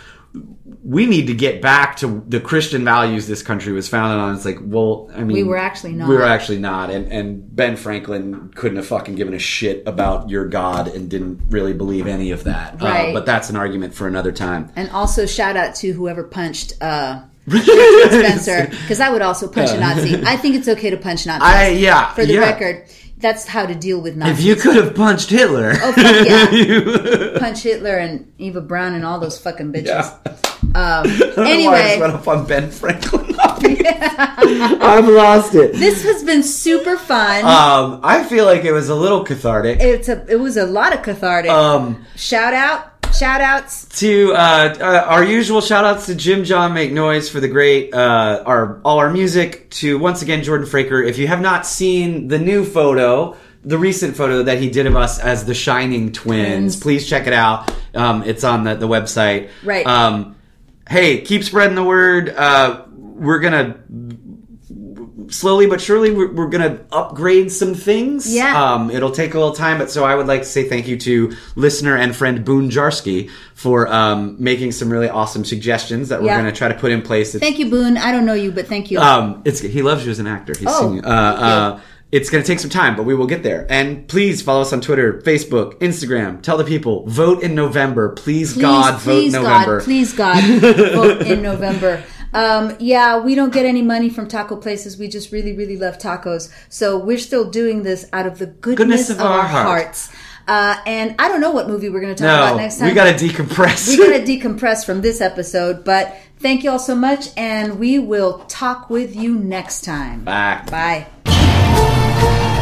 we need to get back to the Christian values this country was founded on. It's like, well, I mean, We were actually not. We were actually not, and and Ben Franklin couldn't have fucking given a shit about your God and didn't really believe any of that. Uh, Right. but that's an argument for another time. And also shout out to whoever punched uh, Richard Spencer because I would also punch a Nazi. I think it's okay to punch Nazis. I yeah. for the yeah. record, that's how to deal with if Nazis. you could have punched Hitler, Oh, fuck yeah. Punch Hitler and Eva Brown and all those fucking bitches. I don't know why I just Um, Anyway, went up on Ben Franklin. I've lost it. this has been super fun. Um, I feel like it was a little cathartic. it's a it was a lot of cathartic. um, shout out, shout outs. to uh, uh, our usual shout outs to Jim John Make Noise for the great uh, our all our music to once again Jordan Fraker. If you have not seen the new photo the recent photo that he did of us as the Shining Twins. Please check it out. Um, it's on the, the website. Right. Um, hey, keep spreading the word. Uh, we're gonna slowly but surely we're, we're gonna upgrade some things. Yeah. Um, it'll take a little time, but so I would like to say thank you to listener and friend Boone Jarsky for um, making some really awesome suggestions that we're Yeah. gonna try to put in place. It's Thank you, Boone. I don't know you, but thank you. um, it's he loves you as an actor. He's Oh, seen you. Uh, uh, it's going to take some time, but we will get there. And please follow us on Twitter, Facebook, Instagram. Tell the people vote in November, please. please, God, please, vote God, November. please, God, vote in November. Um, yeah, we don't get any money from taco places. We just really, really love tacos. So we're still doing this out of the goodness, of, our, heart. hearts. Uh, and I don't know what movie we're going to talk about No, next time. we got to decompress. we're going to decompress from this episode. But thank you all so much, and we will talk with you next time. Bye. Bye. Thank